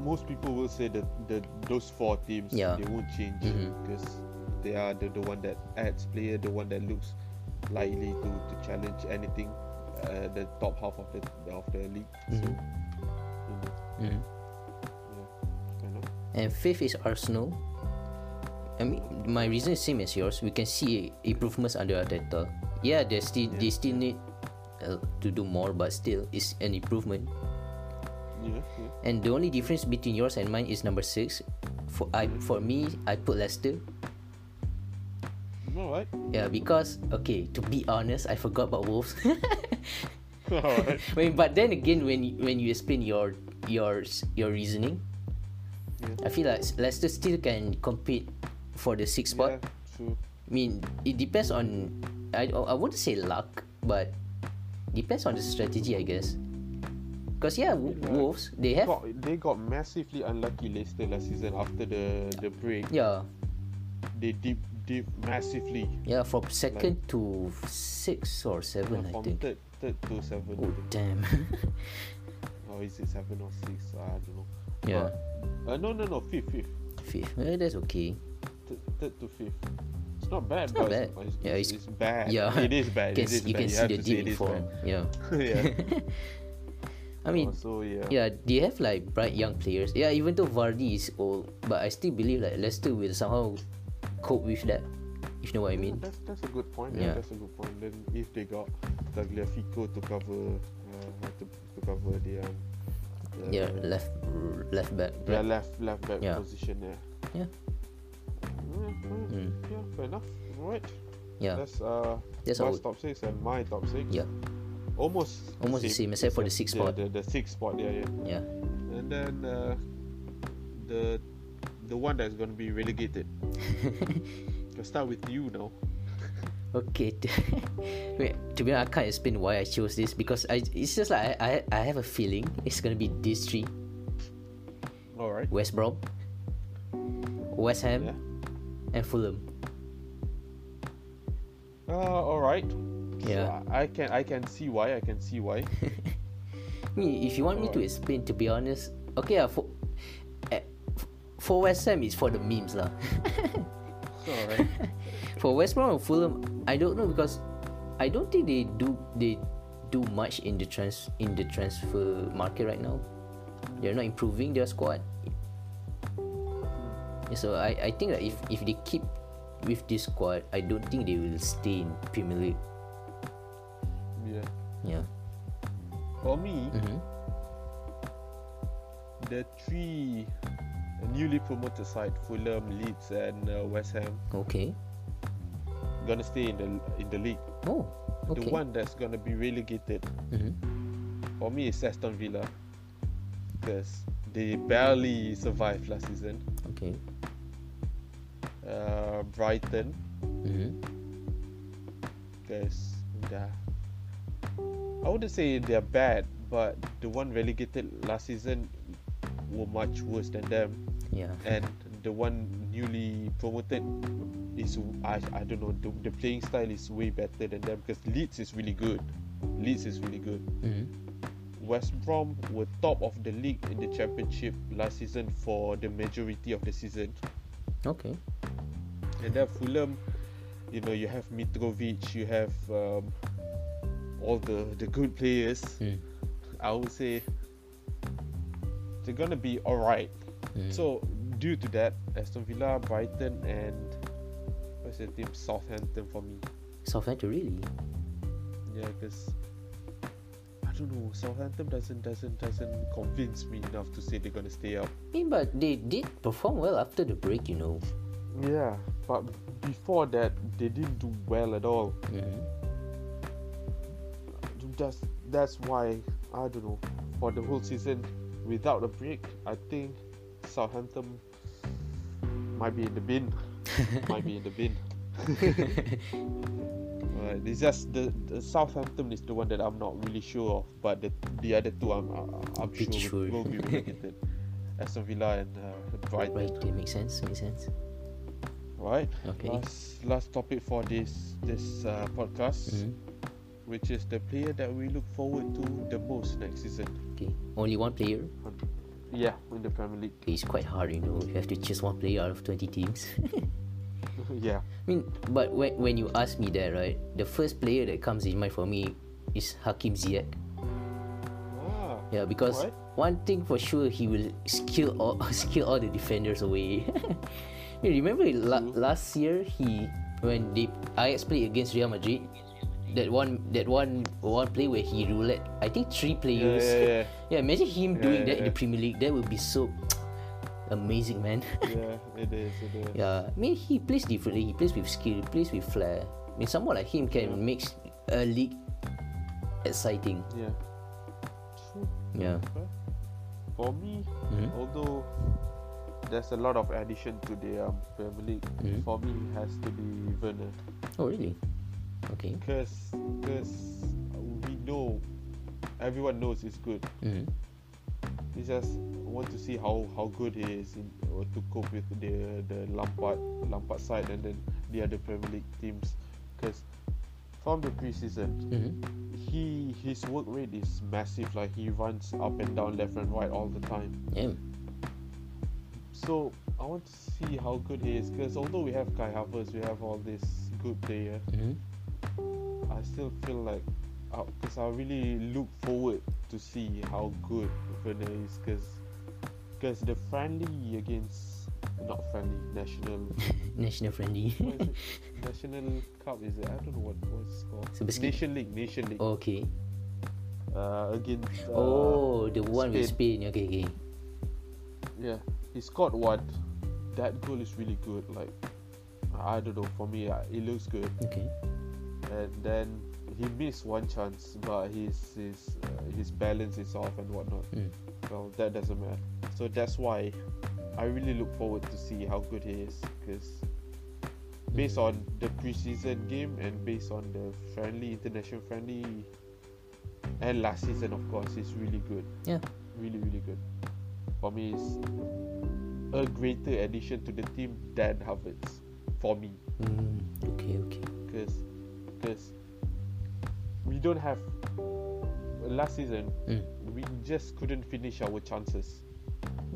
[SPEAKER 1] most people will say that the those four teams
[SPEAKER 2] Yeah.
[SPEAKER 1] they won't change
[SPEAKER 2] Mhm.
[SPEAKER 1] because they are the, the one that adds player, the one that looks likely to, to challenge anything, uh, the top half of the of the league. So, you
[SPEAKER 2] Mhm.
[SPEAKER 1] know,
[SPEAKER 2] Mm.
[SPEAKER 1] yeah, kind of.
[SPEAKER 2] and fifth is Arsenal. I mean, my reason is same as yours. We can see improvements under Arteta. Yeah, they still they still need uh, to do more, but still it's an improvement.
[SPEAKER 1] Yeah, yeah.
[SPEAKER 2] And the only difference between yours and mine is number six. For I for me, I put Leicester.
[SPEAKER 1] All right.
[SPEAKER 2] Yeah, because okay, to be honest, I forgot about Wolves.
[SPEAKER 1] All right.
[SPEAKER 2] When- but then again, when when you explain your your your reasoning,
[SPEAKER 1] Yeah.
[SPEAKER 2] I feel like Leicester still can compete for the sixth spot.
[SPEAKER 1] Yeah, true.
[SPEAKER 2] I mean, it depends on. I I wouldn't say luck, but depends on the strategy, I guess. Because yeah, w-
[SPEAKER 1] Yeah.
[SPEAKER 2] wolves they have
[SPEAKER 1] Got, they got massively unlucky Leicester last season after the the break.
[SPEAKER 2] yeah
[SPEAKER 1] They dip dip massively.
[SPEAKER 2] yeah from second to six or seven, I
[SPEAKER 1] from
[SPEAKER 2] think.
[SPEAKER 1] third, third to seven.
[SPEAKER 2] Oh damn.
[SPEAKER 1] Or is it seven or six? I don't know.
[SPEAKER 2] yeah,
[SPEAKER 1] Uh, no, no, no, fifth, fifth,
[SPEAKER 2] fifth. Eh, that's okay.
[SPEAKER 1] Th- third to fifth. It's not bad, but
[SPEAKER 2] not bad.
[SPEAKER 1] It's, it's,
[SPEAKER 2] Yeah,
[SPEAKER 1] it's,
[SPEAKER 2] it's-
[SPEAKER 1] bad.
[SPEAKER 2] Yeah,
[SPEAKER 1] it is bad. it
[SPEAKER 2] Can
[SPEAKER 1] is
[SPEAKER 2] see- you
[SPEAKER 1] bad.
[SPEAKER 2] can
[SPEAKER 1] have
[SPEAKER 2] see the
[SPEAKER 1] to say
[SPEAKER 2] deep
[SPEAKER 1] it is
[SPEAKER 2] form. Yeah.
[SPEAKER 1] bad. yeah.
[SPEAKER 2] I mean,
[SPEAKER 1] so yeah.
[SPEAKER 2] yeah, they have like bright young players. Yeah, even though Vardy is old, but I still believe like Leicester will somehow cope with that. If you know what I
[SPEAKER 1] Yeah,
[SPEAKER 2] mean.
[SPEAKER 1] that's that's a good point. Yeah.
[SPEAKER 2] Yeah.
[SPEAKER 1] that's a good point. Then if they got Tagliafico to cover, uh, to, to cover the um, uh,
[SPEAKER 2] Yeah, left left back.
[SPEAKER 1] their left left back
[SPEAKER 2] Yeah.
[SPEAKER 1] position there.
[SPEAKER 2] Yeah.
[SPEAKER 1] Mm, mm,
[SPEAKER 2] Mm.
[SPEAKER 1] Yeah, fair enough. Right.
[SPEAKER 2] Yeah.
[SPEAKER 1] That's uh,
[SPEAKER 2] That's
[SPEAKER 1] my
[SPEAKER 2] all.
[SPEAKER 1] top six and my top six.
[SPEAKER 2] Yeah.
[SPEAKER 1] Almost.
[SPEAKER 2] Almost the same, except for the sixth spot.
[SPEAKER 1] The, the, the sixth spot, yeah, yeah.
[SPEAKER 2] Yeah.
[SPEAKER 1] And then uh, the the one that's gonna be relegated. I'll start with you now.
[SPEAKER 2] Okay. Wait, to be honest, I can't explain why I chose this because I it's just like I I, I have a feeling it's gonna be these three.
[SPEAKER 1] All right. Right.
[SPEAKER 2] West Brom, West Ham,
[SPEAKER 1] Yeah.
[SPEAKER 2] and Fulham.
[SPEAKER 1] Uh, all right. So
[SPEAKER 2] Yeah.
[SPEAKER 1] I I can I can see why I can see why.
[SPEAKER 2] I mean, if you want me to
[SPEAKER 1] Alright.
[SPEAKER 2] explain, to be honest, okay, ah, for, eh, f- for West Ham is for the memes lah.
[SPEAKER 1] all right.
[SPEAKER 2] for West Brom and Fulham, I don't know because I don't think they do they do much in the trans in the transfer market right now. They're not improving their squad. Yeah, So I, I think that if, if they keep with this squad, I don't think they will stay in Premier League.
[SPEAKER 1] Yeah.
[SPEAKER 2] Yeah.
[SPEAKER 1] For me,
[SPEAKER 2] Mhm.
[SPEAKER 1] the three newly promoted side Fulham, Leeds, and uh, West Ham
[SPEAKER 2] Okay.
[SPEAKER 1] gonna stay in the in the league.
[SPEAKER 2] Oh. Okay.
[SPEAKER 1] The one that's gonna be relegated
[SPEAKER 2] Mhm.
[SPEAKER 1] for me is Aston Villa, because they barely survived last season.
[SPEAKER 2] Okay.
[SPEAKER 1] Uh, Brighton,
[SPEAKER 2] Mhm.
[SPEAKER 1] because yeah, I wouldn't say they're bad, but the one relegated last season were much worse than them.
[SPEAKER 2] Yeah.
[SPEAKER 1] and the one newly promoted is I, I don't know the, the playing style is way better than them because Leeds is really good. Leeds is really good.
[SPEAKER 2] Mhm.
[SPEAKER 1] West Brom were top of the league in the championship last season for the majority of the season,
[SPEAKER 2] Okay.
[SPEAKER 1] and then Fulham, you know, you have Mitrovic, you have um, all the the good players.
[SPEAKER 2] Mm.
[SPEAKER 1] I would say they're gonna be alright.
[SPEAKER 2] Mm.
[SPEAKER 1] So due to that, Aston Villa, Brighton, and what's the team Southampton for me.
[SPEAKER 2] Southampton really?
[SPEAKER 1] Yeah, because I don't know Southampton doesn't doesn't doesn't convince me enough to say they're gonna stay up.
[SPEAKER 2] Eh, but they did perform well after the break, you know.
[SPEAKER 1] Yeah, but before that they didn't do well at all.
[SPEAKER 2] Mhm.
[SPEAKER 1] That's that's why I don't know for the whole season without a break. I think Southampton might be in the bin. might be in the bin. Right, it's just the, the Southampton is the one that I'm not really sure of, but the the other two I'm I- I'm
[SPEAKER 2] Pretty
[SPEAKER 1] sure,
[SPEAKER 2] sure.
[SPEAKER 1] will be relegated. Aston Villa and uh,
[SPEAKER 2] Right,
[SPEAKER 1] Brighton.
[SPEAKER 2] that makes sense. Makes sense.
[SPEAKER 1] Right.
[SPEAKER 2] Okay.
[SPEAKER 1] Last last topic for this this uh, podcast,
[SPEAKER 2] Mhm.
[SPEAKER 1] which is the player that we look forward to the most next season.
[SPEAKER 2] Okay. Only one player.
[SPEAKER 1] Yeah, in the Premier League.
[SPEAKER 2] Okay, it's quite hard, you know. You have to choose one player out of twenty teams.
[SPEAKER 1] yeah.
[SPEAKER 2] I mean, but when when you ask me that, right, the first player that comes in mind for me is Hakim Ziyech.
[SPEAKER 1] Ah.
[SPEAKER 2] Yeah, because
[SPEAKER 1] Alright.
[SPEAKER 2] one thing for sure, he will skill all skill all the defenders away. you remember la-
[SPEAKER 1] Mm-hmm.
[SPEAKER 2] last year he when they Ajax played against Real Madrid, that one that one one play where he roulette. I think three
[SPEAKER 1] Yeah,
[SPEAKER 2] players.
[SPEAKER 1] yeah, yeah.
[SPEAKER 2] Yeah, imagine him
[SPEAKER 1] Yeah,
[SPEAKER 2] doing
[SPEAKER 1] yeah,
[SPEAKER 2] that in the
[SPEAKER 1] yeah.
[SPEAKER 2] Premier League. That would be so amazing, man.
[SPEAKER 1] yeah it is. It is.
[SPEAKER 2] yeah, I mean he plays differently. He plays with skill. He plays with flair. I mean, someone like him can make a league exciting.
[SPEAKER 1] Yeah. True.
[SPEAKER 2] Yeah.
[SPEAKER 1] For me,
[SPEAKER 2] Mhm.
[SPEAKER 1] although there's a lot of addition to the um, Premier League,
[SPEAKER 2] Mhm.
[SPEAKER 1] for me it has to be Werner
[SPEAKER 2] Oh really? Okay.
[SPEAKER 1] because because we know everyone knows he's good.
[SPEAKER 2] hmm
[SPEAKER 1] We just want to see how, how good he is in, or to cope with the the Lampard Lampard side and then the other Premier League teams because from the preseason
[SPEAKER 2] hmm
[SPEAKER 1] he his work rate is massive like he runs up and down left and right all the time
[SPEAKER 2] Yeah.
[SPEAKER 1] So I want to see how good he is because although we have Kai Havertz, we have all this good player.
[SPEAKER 2] hmm
[SPEAKER 1] I still feel like because I really look forward to see how good Werner is because because the friendly against not friendly national
[SPEAKER 2] National friendly.
[SPEAKER 1] what is it? national cup is it? I don't know what what's it's called.
[SPEAKER 2] So basically-
[SPEAKER 1] Nation League, Nation League.
[SPEAKER 2] okay.
[SPEAKER 1] Uh, against uh,
[SPEAKER 2] oh, the one with Spain. Okay, okay.
[SPEAKER 1] Yeah, he scored one. That goal is really good. Like I don't know for me, I- it looks good.
[SPEAKER 2] Okay.
[SPEAKER 1] and then he missed one chance, but his his uh, his balance is off and whatnot.
[SPEAKER 2] Mm.
[SPEAKER 1] Well, that doesn't matter. So that's why I really look forward to see how good he is, because based on the preseason game and based on the friendly international friendly and last season, of course, he's really good.
[SPEAKER 2] Yeah.
[SPEAKER 1] Really, really good. for me is a greater addition to the team than Havertz for me
[SPEAKER 2] Mm, okay, okay.
[SPEAKER 1] because because we don't have last season
[SPEAKER 2] Mm.
[SPEAKER 1] we just couldn't finish our chances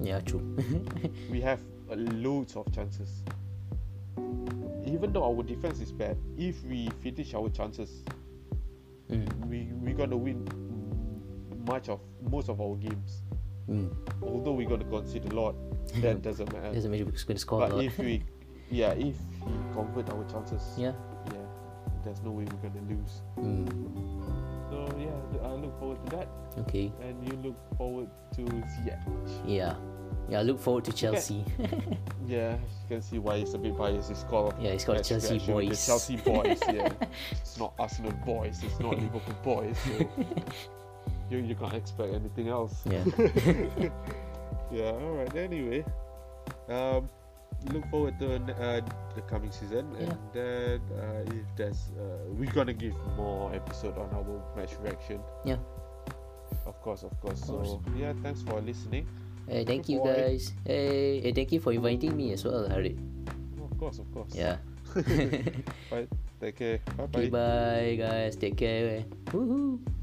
[SPEAKER 2] Yeah, true.
[SPEAKER 1] we have uh, loads of chances. Even though our defense is bad, if we finish our chances,
[SPEAKER 2] mm,
[SPEAKER 1] we we're gonna win much of most of our games.
[SPEAKER 2] mm.
[SPEAKER 1] Although we're gonna concede a lot, that doesn't matter.
[SPEAKER 2] Doesn't matter because we're going to score a
[SPEAKER 1] But
[SPEAKER 2] lot.
[SPEAKER 1] if we, yeah, if we convert our chances,
[SPEAKER 2] yeah.
[SPEAKER 1] yeah, there's no way we're gonna lose.
[SPEAKER 2] Mm,
[SPEAKER 1] So yeah, th- I look forward to that,
[SPEAKER 2] okay.
[SPEAKER 1] and you look forward to yeah,
[SPEAKER 2] Yeah. Yeah, I look forward to Chelsea.
[SPEAKER 1] yeah. You can see why it's a bit biased. It's called
[SPEAKER 2] yeah, it's called
[SPEAKER 1] That's
[SPEAKER 2] Chelsea
[SPEAKER 1] actually
[SPEAKER 2] Boys.
[SPEAKER 1] The Chelsea boys, yeah. it's not Arsenal boys. It's not Liverpool boys. So you you can't expect anything else.
[SPEAKER 2] Yeah.
[SPEAKER 1] Yeah. All right. Anyway, um, look forward to uh, the coming season,
[SPEAKER 2] Yeah.
[SPEAKER 1] and then uh, if there's, uh, we're gonna give more episode on our match reaction.
[SPEAKER 2] Yeah.
[SPEAKER 1] Of course, of course.
[SPEAKER 2] Of course.
[SPEAKER 1] So yeah, thanks for listening.
[SPEAKER 2] Hey, thank you
[SPEAKER 1] boy.
[SPEAKER 2] guys. Hey, hey, thank you for inviting me as well, Harit.
[SPEAKER 1] Of course, of course.
[SPEAKER 2] Yeah.
[SPEAKER 1] Right. Take care. Bye bye.
[SPEAKER 2] Okay, bye guys. Take care. Woohoo.